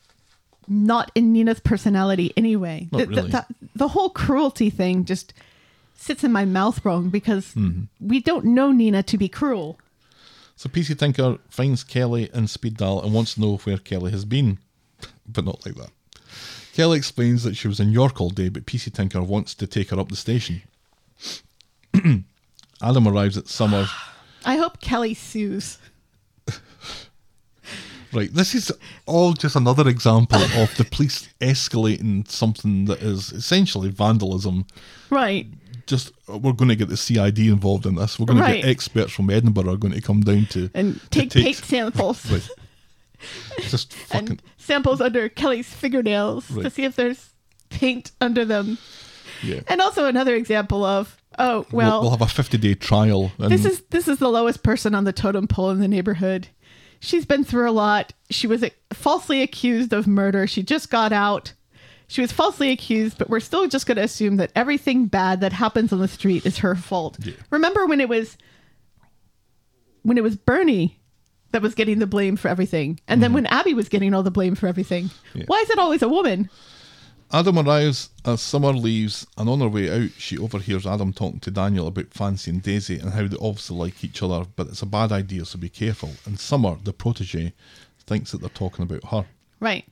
not in Nina's personality anyway. Not the, the- really. the, the whole cruelty thing just sits in my mouth wrong because Mm-hmm. we don't know Nina to be cruel. So PC Tinker finds Kelly in Speed Dial and wants to know where Kelly has been, but not like that. Kelly explains that she was in York all day, but PC Tinker wants to take her up the station. Adam arrives at Summer. I hope Kelly sues. Right, this is all just another example of the police escalating something that is essentially vandalism. Right. Just uh, we're going to get the CID involved in this. We're going to Right. get experts from Edinburgh are going to come down to And to take take- cake samples. Right. Just fucking and samples under Kelly's fingernails Right. to see if there's paint under them. Yeah. And also another example of oh We'll- well, we'll, have a 50 day trial. And this is this is the lowest person on the totem pole in the neighborhood. She's been through a lot. She was uh, falsely accused of murder. She just got out. She was falsely accused, but we're still just going to assume that everything bad that happens on the street is her fault. Remember when it was when it was Bernie that was getting the blame for everything, and then when Abby was getting all the blame for everything. Mm-hmm. Yeah. Why is it always a woman? Adam arrives as Summer leaves, and on her way out, she overhears Adam talking to Daniel about Fancy and Daisy and how they obviously like each other, but it's a bad idea, so be careful. And Summer, the protege, thinks that they're talking about her. Right.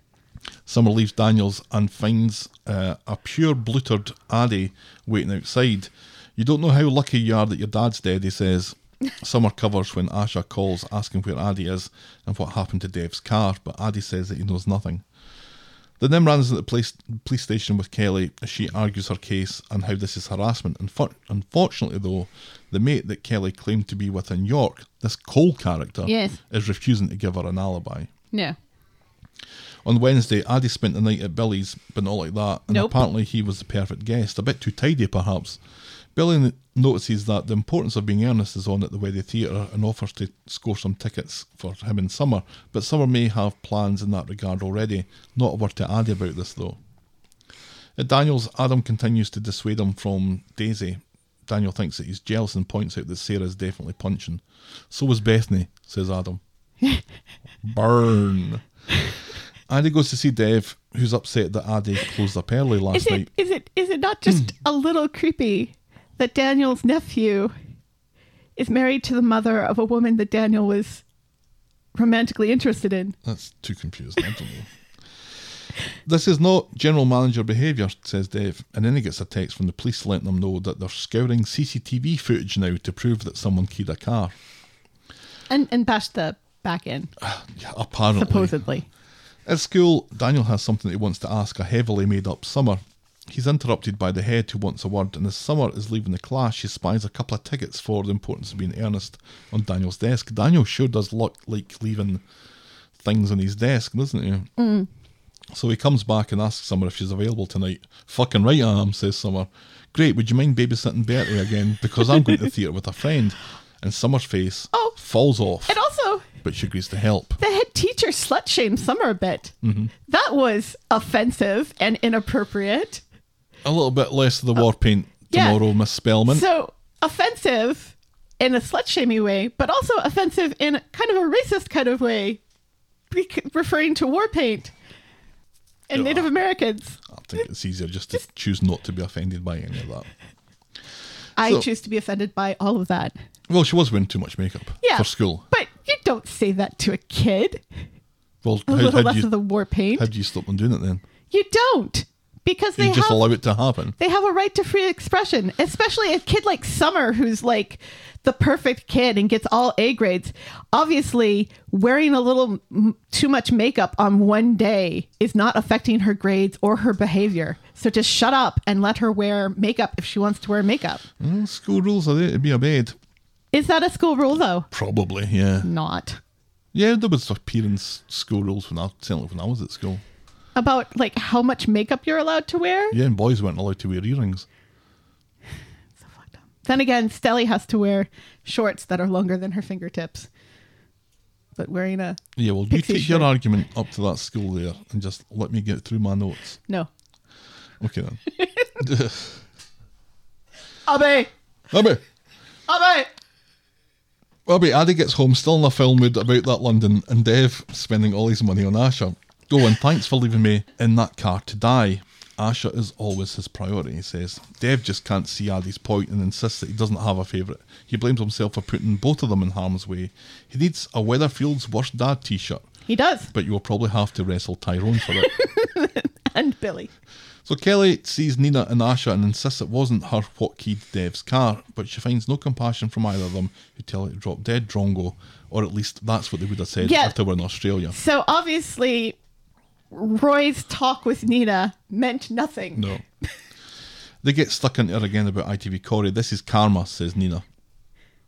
Summer leaves Daniels and finds uh, a pure bluttered Addy waiting outside. You don't know how lucky you are that your dad's dead, he says. Summer covers when Asha calls asking where Addy is and what happened to Dev's car, but Addy says that he knows nothing. The Nim runs at the police, police station with Kelly as she argues her case and how this is harassment. Unfor- unfortunately, though, the mate that Kelly claimed to be with in York, this Cole character, Yes. is refusing to give her an alibi. Yeah. On Wednesday, Addy spent the night at Billy's, but not like that, and Nope. apparently he was the perfect guest. A bit too tidy, perhaps. Billy n- notices that the importance of being earnest is on at the Weddy Theatre and offers to score some tickets for him and Summer, but Summer may have plans in that regard already. Not a word to Addy about this, though. At Daniel's, Adam continues to dissuade him from Daisy. Daniel thinks that he's jealous and points out that Sarah's definitely punching. So was Bethany, says Adam. Burn. Andy goes to see Dev, who's upset that Andy closed up early Is last it night. is it is it not just a little creepy that Daniel's nephew is married to the mother of a woman that Daniel was romantically interested in? That's too confusing. I don't know. This is not general manager behaviour, says Dev, and then he gets a text from the police letting them know that they're scouring CCTV footage now to prove that someone keyed a car. And and bashed the back end, Yeah, apparently. supposedly. At school, Daniel has something he wants to ask a heavily made up Summer. He's interrupted by the head who wants a word, and as Summer is leaving the class, she spies a couple of tickets for the importance of being earnest on Daniel's desk. Daniel sure does look like leaving things on his desk, doesn't he? So he comes back and asks Summer if she's available tonight. Fucking right I am, says Summer. Great, would you mind babysitting Bertie again? Because I'm going to the theatre with a friend. And Summer's face Oh. falls off, And also, but she agrees to help. the head teacher slut shamed Summer a bit. That was offensive and inappropriate. A little bit less of the war paint tomorrow, Miss Spellman. So offensive in a slut shaming way, but also offensive in kind of a racist kind of way, re- referring to war paint and Native Americans. I think it's easier just to choose not to be offended by any of that. I So- choose to be offended by all of that. Well, she was wearing too much makeup Yeah, for school. But you don't say that to a kid. Well, A how, little how, less do you, of the war paint. how do you stop them doing it then? you don't, because they You just have allow it to happen. they have a right to free expression, especially a kid like Summer, who's like the perfect kid and gets all A grades. Obviously, wearing a little m- too much makeup on one day is not affecting her grades or her behavior. So just shut up and let her wear makeup if she wants to wear makeup. Well, Mm, school rules are there to be obeyed. Is that a school rule though? Probably, yeah. Not. Yeah, there was appearance school rules when I certainly when I was at school. About like how much makeup you're allowed to wear? Yeah, and boys weren't allowed to wear earrings. Then again, Stelly has to wear shorts that are longer than her fingertips. But wearing a Yeah, well, you Pixie take your shirt. argument up to that school there and just let me get through my notes. no. Okay then. Abe! Abby, Abe! Robbie, Addy gets home still in a film mood about that London and Dev spending all his money on Asha. Oh, and thanks for leaving me in that car to die. Asha is always his priority, he says. Dev just can't see Addy's point and insists that he doesn't have a favourite. He blames himself for putting both of them in harm's way. He needs a Weatherfield's Worst Dad t shirt, He does. but you'll probably have to wrestle Tyrone for it. And Billy. So Kelly sees Nina and Asha and insists it wasn't her what keyed Dev's car, but she finds no compassion from either of them who tell her to drop dead Drongo, or at least that's what they would have said Yeah. if they were in Australia. So obviously, Roy's talk with Nina meant nothing. No. they get stuck into her again about ITV Corey. This is karma, says Nina.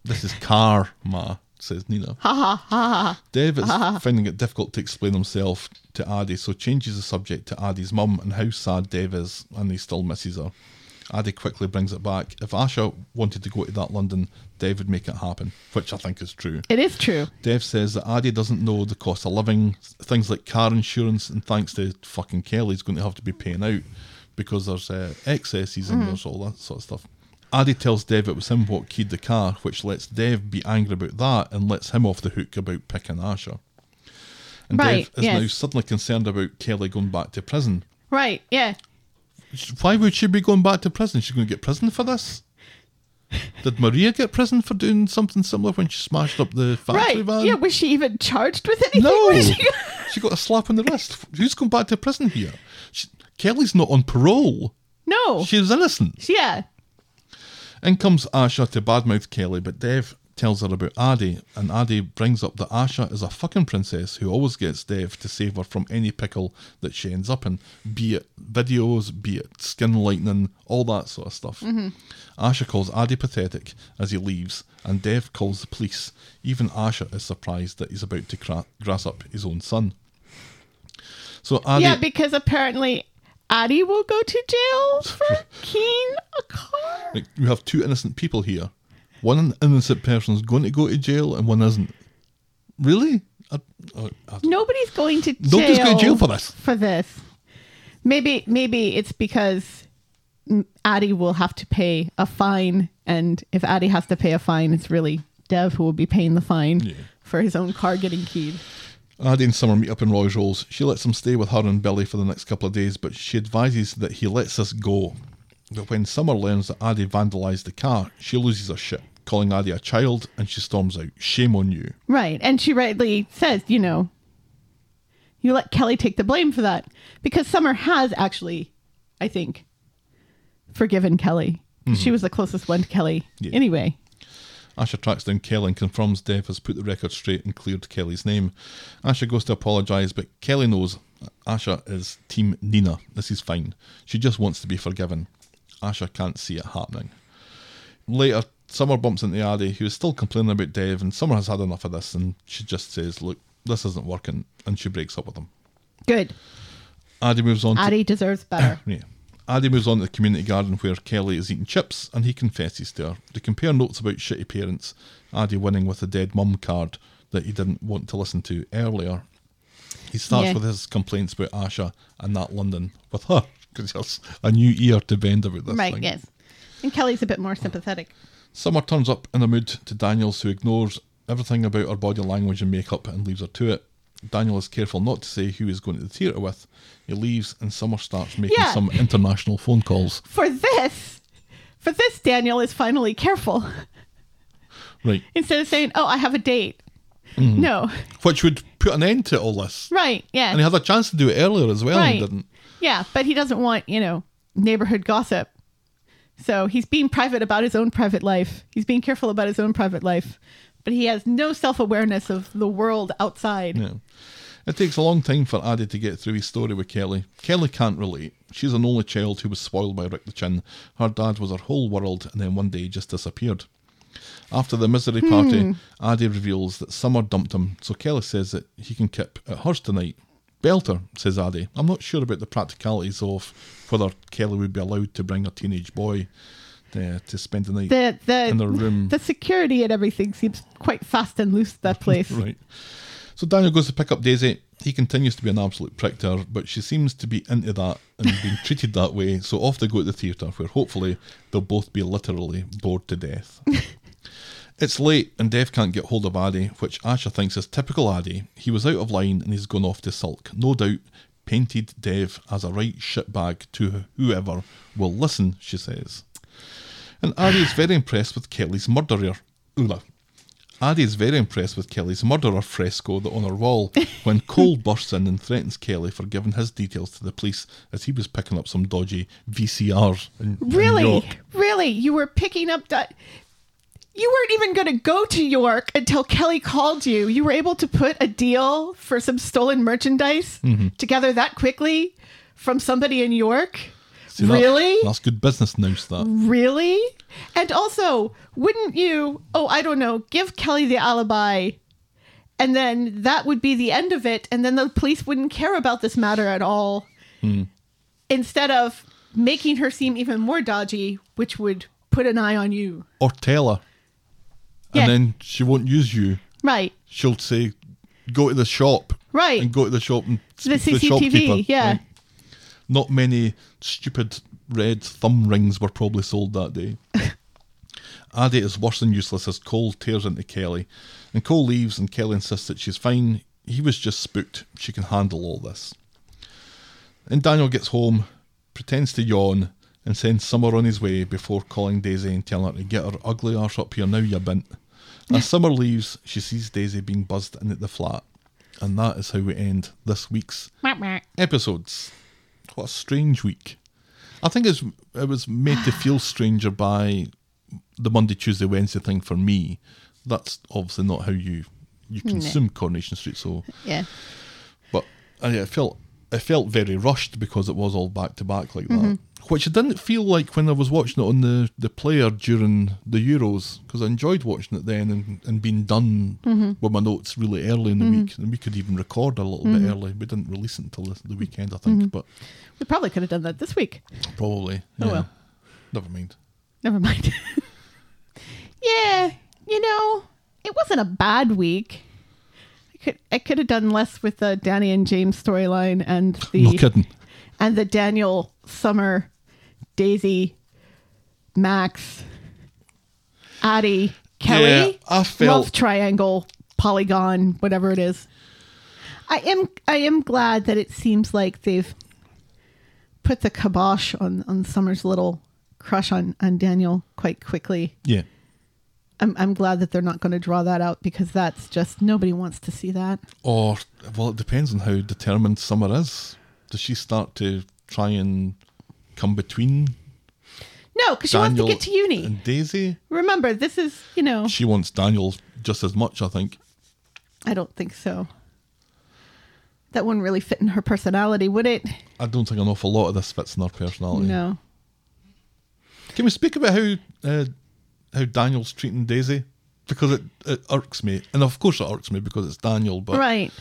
This is karma. says Nina. Ha ha ha. Dev is finding it difficult to explain himself to Addy, so changes the subject to Addy's mum and how sad Dev is, and he still misses her. Addy quickly brings it back. If Asha wanted to go to that London, Dev would make it happen, which I think is true. It is true. Dev says that Addy doesn't know the cost of living, things like car insurance, and thanks to fucking Kelly, he's going to have to be paying out because there's uh, excesses Mm-hmm. and there's all that sort of stuff. Addy tells Dev it was him what keyed the car, which lets Dev be angry about that and lets him off the hook about picking Asher. And Right, Dev is now yes. suddenly concerned about Kelly going back to prison. Right. Yeah. Why would she be going back to prison? She's going to get prison for this. Did Maria get prison for doing something similar when she smashed up the factory Right. van? Yeah. Was she even charged with anything? um, No, Was she- she got a slap on the wrist. Who's going back to prison here? She, Kelly's not on parole. no. She's innocent. yeah. In comes Asha to badmouth Kelly, but Dev tells her about Addy, and Addy brings up that Asha is a fucking princess who always gets Dev to save her from any pickle that she ends up in, be it videos, be it skin lightening, all that sort of stuff. Asha calls Addy pathetic as he leaves, and Dev calls the police. Even Asha is surprised that he's about to cra- grass up his own son. So Addy, yeah. Because apparently, Addie will go to jail for keying a car. Like, you have two innocent people here. One innocent person's going to go to jail and one isn't. Really? I, I, I, Nobody's going to jail. Nobody's going to jail for this. For this. Maybe maybe it's because mm, Addie will have to pay a fine, and if Addie has to pay a fine, it's really Dev who will be paying the fine for his own car getting keyed. Addie and Summer meet up in Roy's Rolls. She lets him stay with her and Billy for the next couple of days, but she advises that he lets this go. But when Summer learns that Addie vandalised the car, she loses her shit, calling Addie a child, and she storms out. Shame on you. Right, and she rightly says, you know, you let Kelly take the blame for that because Summer has actually, I think, forgiven Kelly. She was the closest one to Kelly Mm-hmm. Yeah. anyway. Asha tracks down Kelly and confirms Dev has put the record straight and cleared Kelly's name. Asha goes to apologise, but Kelly knows Asha is Team Nina. This is fine. She just wants to be forgiven. Asha can't see it happening. Later, Summer bumps into Addy, who is still complaining about Dev, and Summer has had enough of this, and she just says, Look, this isn't working, and she breaks up with him. Good. Addy moves on to Addie deserves better. yeah. Addy moves on to the community garden where Kelly is eating chips and he confesses to her. They compare notes about shitty parents, Addy winning with a dead mum card that he didn't want to listen to earlier. He starts Yeah. with his complaints about Asha and that London with her because there's a new ear to bend about this right, thing. yes. And Kelly's a bit more sympathetic. Summer turns up in a mood to Daniels, who ignores everything about her body language and makeup and leaves her to it. Daniel is careful not to say who he's going to the theatre with. He leaves and Summer starts making Yeah. some international phone calls. For this, for this, Daniel is finally careful. Right. Instead of saying, "Oh, I have a date," no, which would put an end to all this. right? Yeah, Mm-hmm. And he had a chance to do it earlier as well, and right. he didn't. Yeah, but he doesn't want you know neighborhood gossip. So he's being private about his own private life. He's being careful about his own private life, but he has no self awareness of the world outside. Yeah. It takes a long time for Addy to get through his story with Kelly. Kelly can't relate. She's an only child who was spoiled by Rick the Chin. Her dad was her whole world, and then one day he just disappeared. After the misery party, Addy reveals that Summer dumped him, so Kelly says that he can kip at hers tonight. Belter, says Addy. I'm not sure about the practicalities of whether Kelly would be allowed to bring a teenage boy uh, to spend the night. The the In the room. the security and everything seems quite fast and loose. That place. Right. So Daniel goes to pick up Daisy. He continues to be an absolute prick to her, but she seems to be into that and being treated that way. So off they go to the theatre, where hopefully they'll both be literally bored to death. it's late, and Dev can't get hold of Addy, which Asha thinks is typical Addy. He was out of line and he's gone off to sulk. No doubt, painted Dev as a right shitbag to whoever will listen, she says. And Addy is very impressed with Kelly's murderer. Ula. Addy is very impressed with Kelly's murderer fresco that on her wall when Cole bursts in and threatens Kelly for giving his details to the police as he was picking up some dodgy VCR. In, in Really? York. Really? You were picking up di- You weren't even going to go to York until Kelly called you. You were able to put a deal for some stolen merchandise together that quickly from somebody in York? that- really? That's good business now, that. Really? And also, wouldn't you, oh, I don't know, give Kelly the alibi and then that would be the end of it and then the police wouldn't care about this matter at all Hmm. instead of making her seem even more dodgy, which would put an eye on you. Or tell her. Yeah. And then she won't use you. Right. She'll say, go to the shop. Right. And go to the shop and The speak to the shopkeeper. CCTV. Yeah. Like, not many stupid red thumb rings were probably sold that day. Addie is worse than useless as Cole tears into Kelly, and Cole leaves and Kelly insists that she's fine. He was just spooked. She can handle all this. And Daniel gets home, pretends to yawn, and sends Summer on his way before calling Daisy and telling her to get her ugly arse up here now, you bint. As Summer leaves, she sees Daisy being buzzed in at the flat. And that is how we end this week's episodes. What a strange week. I think it's, it was made to feel stranger by the Monday, Tuesday, Wednesday thing for me. That's obviously not how you you consume Coronation Street. So, Yeah. but uh, yeah, it felt it felt very rushed because it was all back to back like that, which I didn't feel like when I was watching it on the, the player during the Euros because I enjoyed watching it then and, and being done with my notes really early in the week, and we could even record a little bit early. We didn't release it until the, the weekend, I think, but We probably could have done that this week. probably. Oh, yeah. well. Never mind. Never mind. yeah, you know, it wasn't a bad week. I could I could have done less with the Danny and James storyline and No the kidding. and the Daniel Summer Daisy Max Addie Kelly Yeah, I felt- love triangle polygon whatever it is. I am I am glad that it seems like they've put the kibosh on on Summer's little crush on on Daniel quite quickly. Yeah. I'm I'm glad that they're not going to draw that out because that's just nobody wants to see that. Or well, it depends on how determined Summer is. Does she start to try and come between No, because she wants to Daniel get to uni. Oh. and Daisy? Remember, this is you know She wants Daniel just as much, I think. I don't think so. That wouldn't really fit in her personality, would it? I don't think an awful lot of this fits in her personality. No. Can we speak about how uh, how Daniel's treating Daisy? Because it, it irks me, and of course it irks me because it's Daniel. But Right.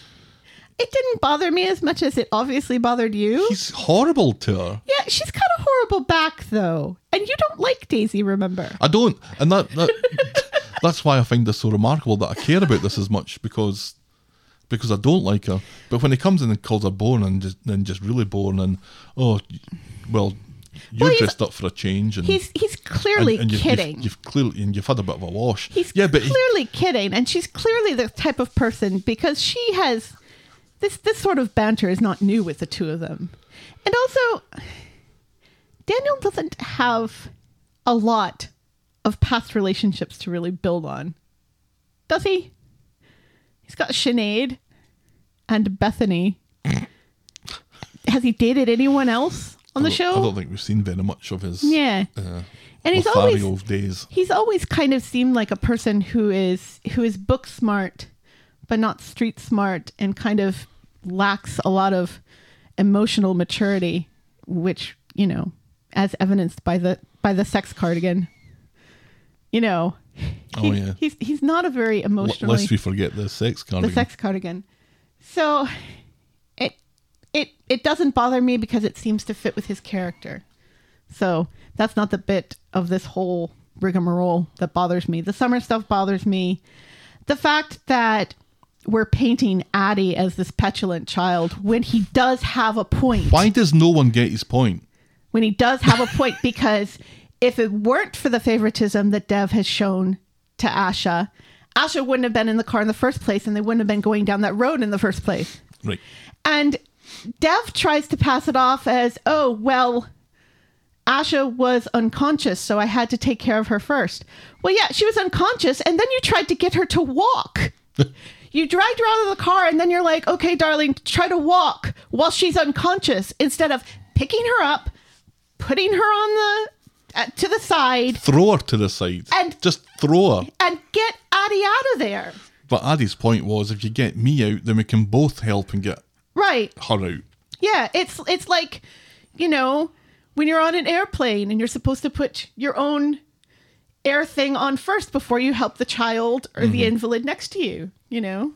It didn't bother me as much as it obviously bothered you. he's horrible to her. yeah, she's got a horrible back though. And you don't like Daisy, remember? I don't, and that, that that's why I find this so remarkable that I care about this as much because because I don't like her. But when he comes in and calls her born and just, then just really born and oh, well, you're Well, he's- dressed up for a change and He's he's and- clearly and you've- you've- kidding. You've, clearly and you've had a bit of a wash. He's yeah, but he- clearly kidding, and she's clearly the type of person because she has this this sort of banter is not new with the two of them, and also Daniel doesn't have a lot of past relationships to really build on, does he? He's got Sinead and Bethany. Has he dated anyone else on I don't- the show? I don't think we've seen very much of his yeah, uh, and he's Lothario always days. he's always kind of seemed like a person who is who is book smart but not street smart and kind of lacks a lot of emotional maturity which you know as evidenced by the by the sex cardigan you know Oh, he- yeah. he's he's not a very L- emotionally Lest we forget the sex the cardigan. sex cardigan so it it it doesn't bother me because it seems to fit with his character so that's not the bit of this whole rigmarole that bothers me the summer stuff bothers me the fact that we're painting addie as this petulant child when he does have a point Why does no one get his point? when he does have a point because if it weren't for the favoritism that Dev has shown to Asha, Asha wouldn't have been in the car in the first place and they wouldn't have been going down that road in the first place. Right. And Dev tries to pass it off as, oh, well, Asha was unconscious, so I had to take care of her first. Well, yeah, she was unconscious, and then you tried to get her to walk. you dragged her out of the car, and then you're like, okay, darling, try to walk while she's unconscious instead of picking her up, putting her on the uh, to the side, Throw her to the side. And- just throw her. and get Addie out of there. But Addie's point was if you get me out, then we can both help and get Right. her out. Yeah, it's it's like, you know, when you're on an airplane and you're supposed to put your own air thing on first before you help the child or the invalid next to you. You know,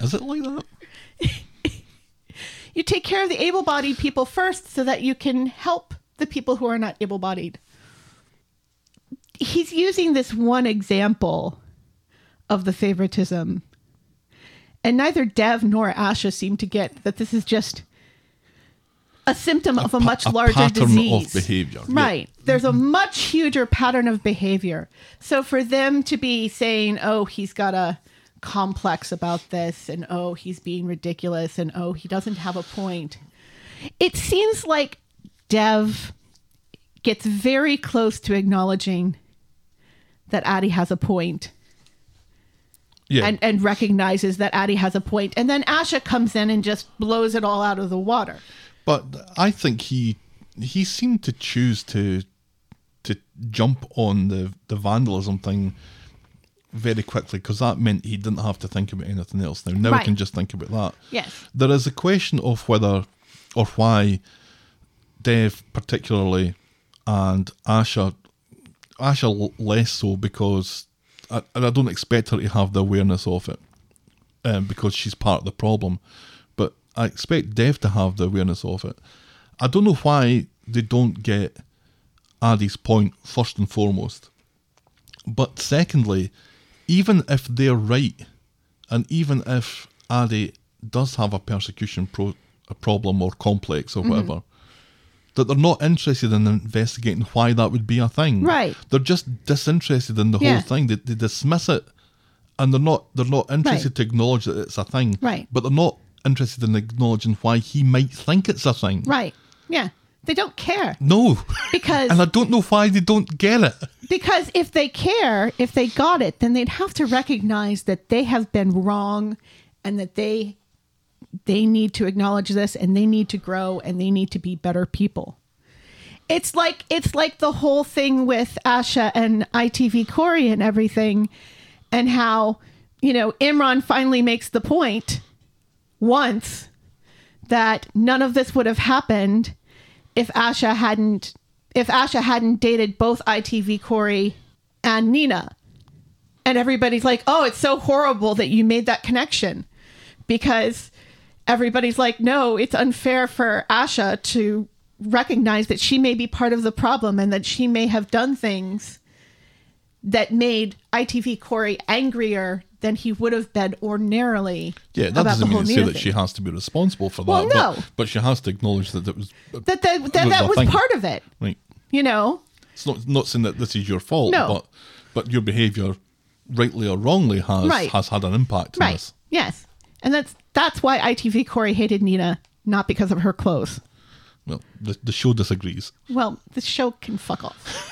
Is it like that? you take care of the able bodied people first so that you can help the people who are not able bodied. He's using this one example of the favoritism. And neither Dev nor Asha seem to get that this is just a symptom of a pa- much a larger pattern of disease. behavior. Yeah. Right. There's a much huger pattern of behavior. So for them to be saying, oh, he's got a complex about this, and oh, he's being ridiculous, and oh, he doesn't have a point, it seems like Dev gets very close to acknowledging that Addie has a point Yeah. and, and recognizes that Addie has a point. And then Asha comes in and just blows it all out of the water. But I think he he seemed to choose to to jump on the the vandalism thing very quickly because that meant he didn't have to think about anything else. Now now Right. he can just think about that. Yes. There is a question of whether or why Dev particularly and Asha Asha l- less so because I, and I don't expect her to have the awareness of it um, because she's part of the problem. But I expect Dev to have the awareness of it. I don't know why they don't get Addie's point first and foremost. But secondly, even if they're right, and even if Addie does have a persecution pro- a problem or complex or Mm-hmm. whatever, that they're not interested in investigating why that would be a thing. Right. They're just disinterested in the Yeah. whole thing. They, they dismiss it and they're not they're not interested Right. to acknowledge that it's a thing. Right. But they're not interested in acknowledging why he might think it's a thing. Right. Yeah. They don't care No. because and I don't know why they don't get it. because if they care, if they got it, then they'd have to recognize that they have been wrong and that they they need to acknowledge this and they need to grow and they need to be better people. It's like it's like the whole thing with Asha and ITV Corey and everything and how, you know, Imran finally makes the point once that none of this would have happened if Asha hadn't if Asha hadn't dated both ITV Corey and Nina. And everybody's like, "Oh, it's so horrible that you made that connection." Because everybody's like, "No, it's unfair for Asha to recognize that she may be part of the problem and that she may have done things that made ITV Corey angrier than he would have been ordinarily." Yeah, that about the doesn't mean whole to say Nina that thing. she has to be responsible for that. Well, no. but, but she has to acknowledge that it was that that, that, that the was thing. part of it Right. you know It's not not saying that this is your fault, No. but but your behaviour, rightly or wrongly, has Right. has had an impact on right this. yes and that's that's why itv corey hated nina not because of her clothes Well, the, the show disagrees. well the show can fuck off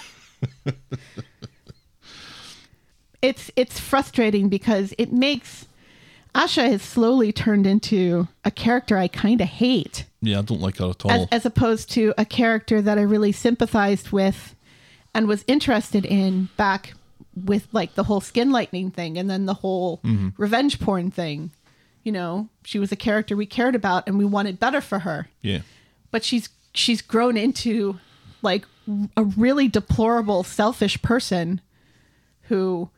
it's it's frustrating because it makes asha has slowly turned into a character i kind of hate Yeah, I don't like her at all. as, as opposed to a character that I really sympathized with and was interested in back with like the whole skin lightning thing and then the whole revenge porn thing. You know, she was a character we cared about and we wanted better for her, yeah, but she's she's grown into like a really deplorable selfish person who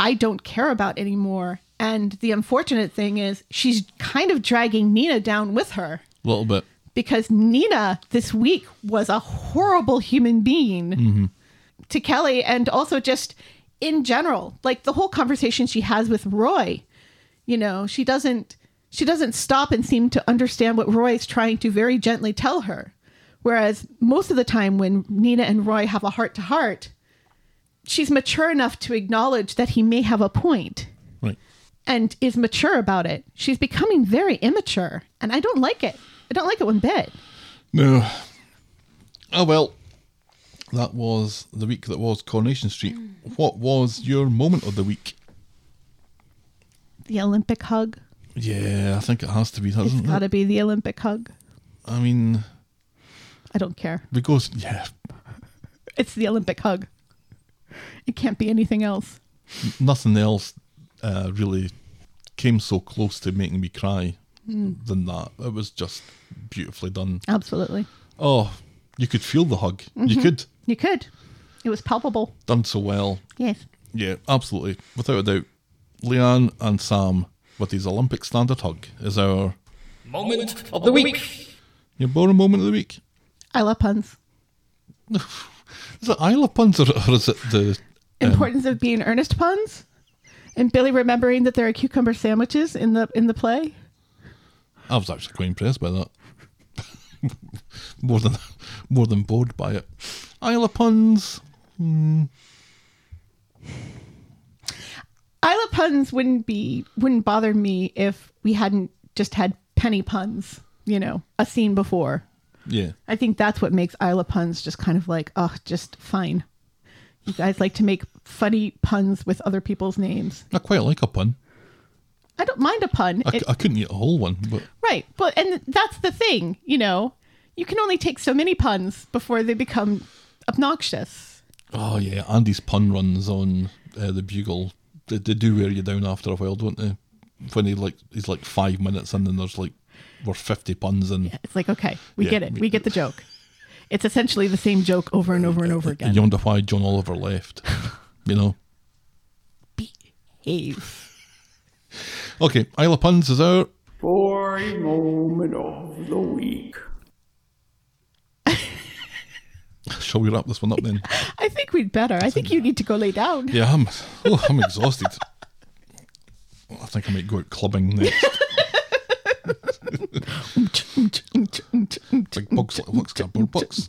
I don't care about anymore. And the unfortunate thing is she's kind of dragging Nina down with her a little bit. because Nina this week was a horrible human being to Kelly and also just in general like the whole conversation she has with Roy you know she doesn't she doesn't stop and seem to understand what Roy is trying to very gently tell her whereas most of the time when Nina and Roy have a heart to heart she's mature enough to acknowledge that he may have a point Right. and is mature about it. She's becoming very immature, and I don't like it. I don't like it one bit. No. Oh well. That was the week that was Coronation Street. What was your moment of the week? The Olympic hug. Yeah, I think it has to be, It's doesn't got it? to be the Olympic hug. I mean, I don't care. because yeah, It's the Olympic hug. It can't be anything else. nothing else uh, really came so close to making me cry Hmm. than that. It was just beautifully done. Absolutely. Mm-hmm. Oh, you could feel the hug. You could. You could. It was palpable. Done so well. Yes. Yeah, absolutely. Without a doubt. Leanne and Sam with his Olympic standard hug is our Moment of the week. your boring moment of the week. I love puns. Is it Isle of Puns or, or is it the Importance of being earnest puns, and Billy remembering that there are cucumber sandwiches in the in the play. I was actually quite impressed by that. more than more than bored by it. Isle of Puns. I love puns wouldn't be wouldn't bother me if we hadn't just had penny puns. You know, a scene before. Yeah. I think that's what makes Isla puns just kind of like, oh, just fine. You guys like to make funny puns with other people's names. I quite like a pun. I don't mind a pun. I, c- It- I couldn't eat a whole one, but right. But and that's the thing, you know. You can only take so many puns before they become obnoxious. oh yeah, Andy's pun runs on uh, the bugle. They, they do wear you down after a while, don't they? When he like he's like five minutes in, and there's like we're fifty puns in. It's like, okay, we Yeah, get it. we- We get the joke. It's essentially the same joke over and over and over And again. you wonder why John Oliver left. you know. Hey. Okay, Isle of Puns is out. Boring moment of the week. Shall we wrap this one up then? I think we'd better. I think you need to go lay down. Yeah, I'm. Oh, I'm exhausted. I think I might go out clubbing next. Big box, little box, cardboard box.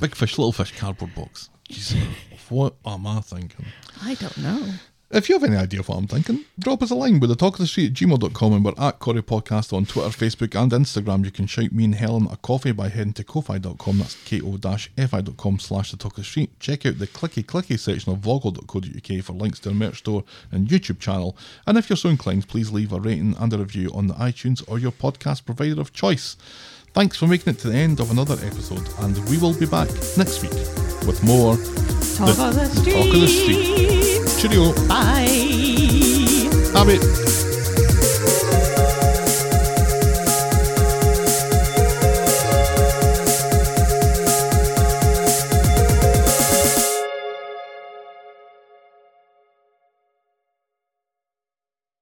Big fish, little fish, cardboard box. Jeez, what am I thinking? I don't know. If you have any idea of what I'm thinking, drop us a line with the talk of the street at gmail.com and we're at Corey Podcast on Twitter, Facebook, and Instagram. You can shout me and Helen a coffee by heading to kofi.com, that's ko-fi.com slash the talk of the street. Check out the clicky clicky section of voggle.co.uk for links to our merch store and YouTube channel. And if you're so inclined, please leave a rating and a review on the iTunes or your podcast provider of choice. Thanks for making it to the end of another episode, and we will be back next week with more Talk of the Talk of the Street. street. Cheerio. Bye. Have it.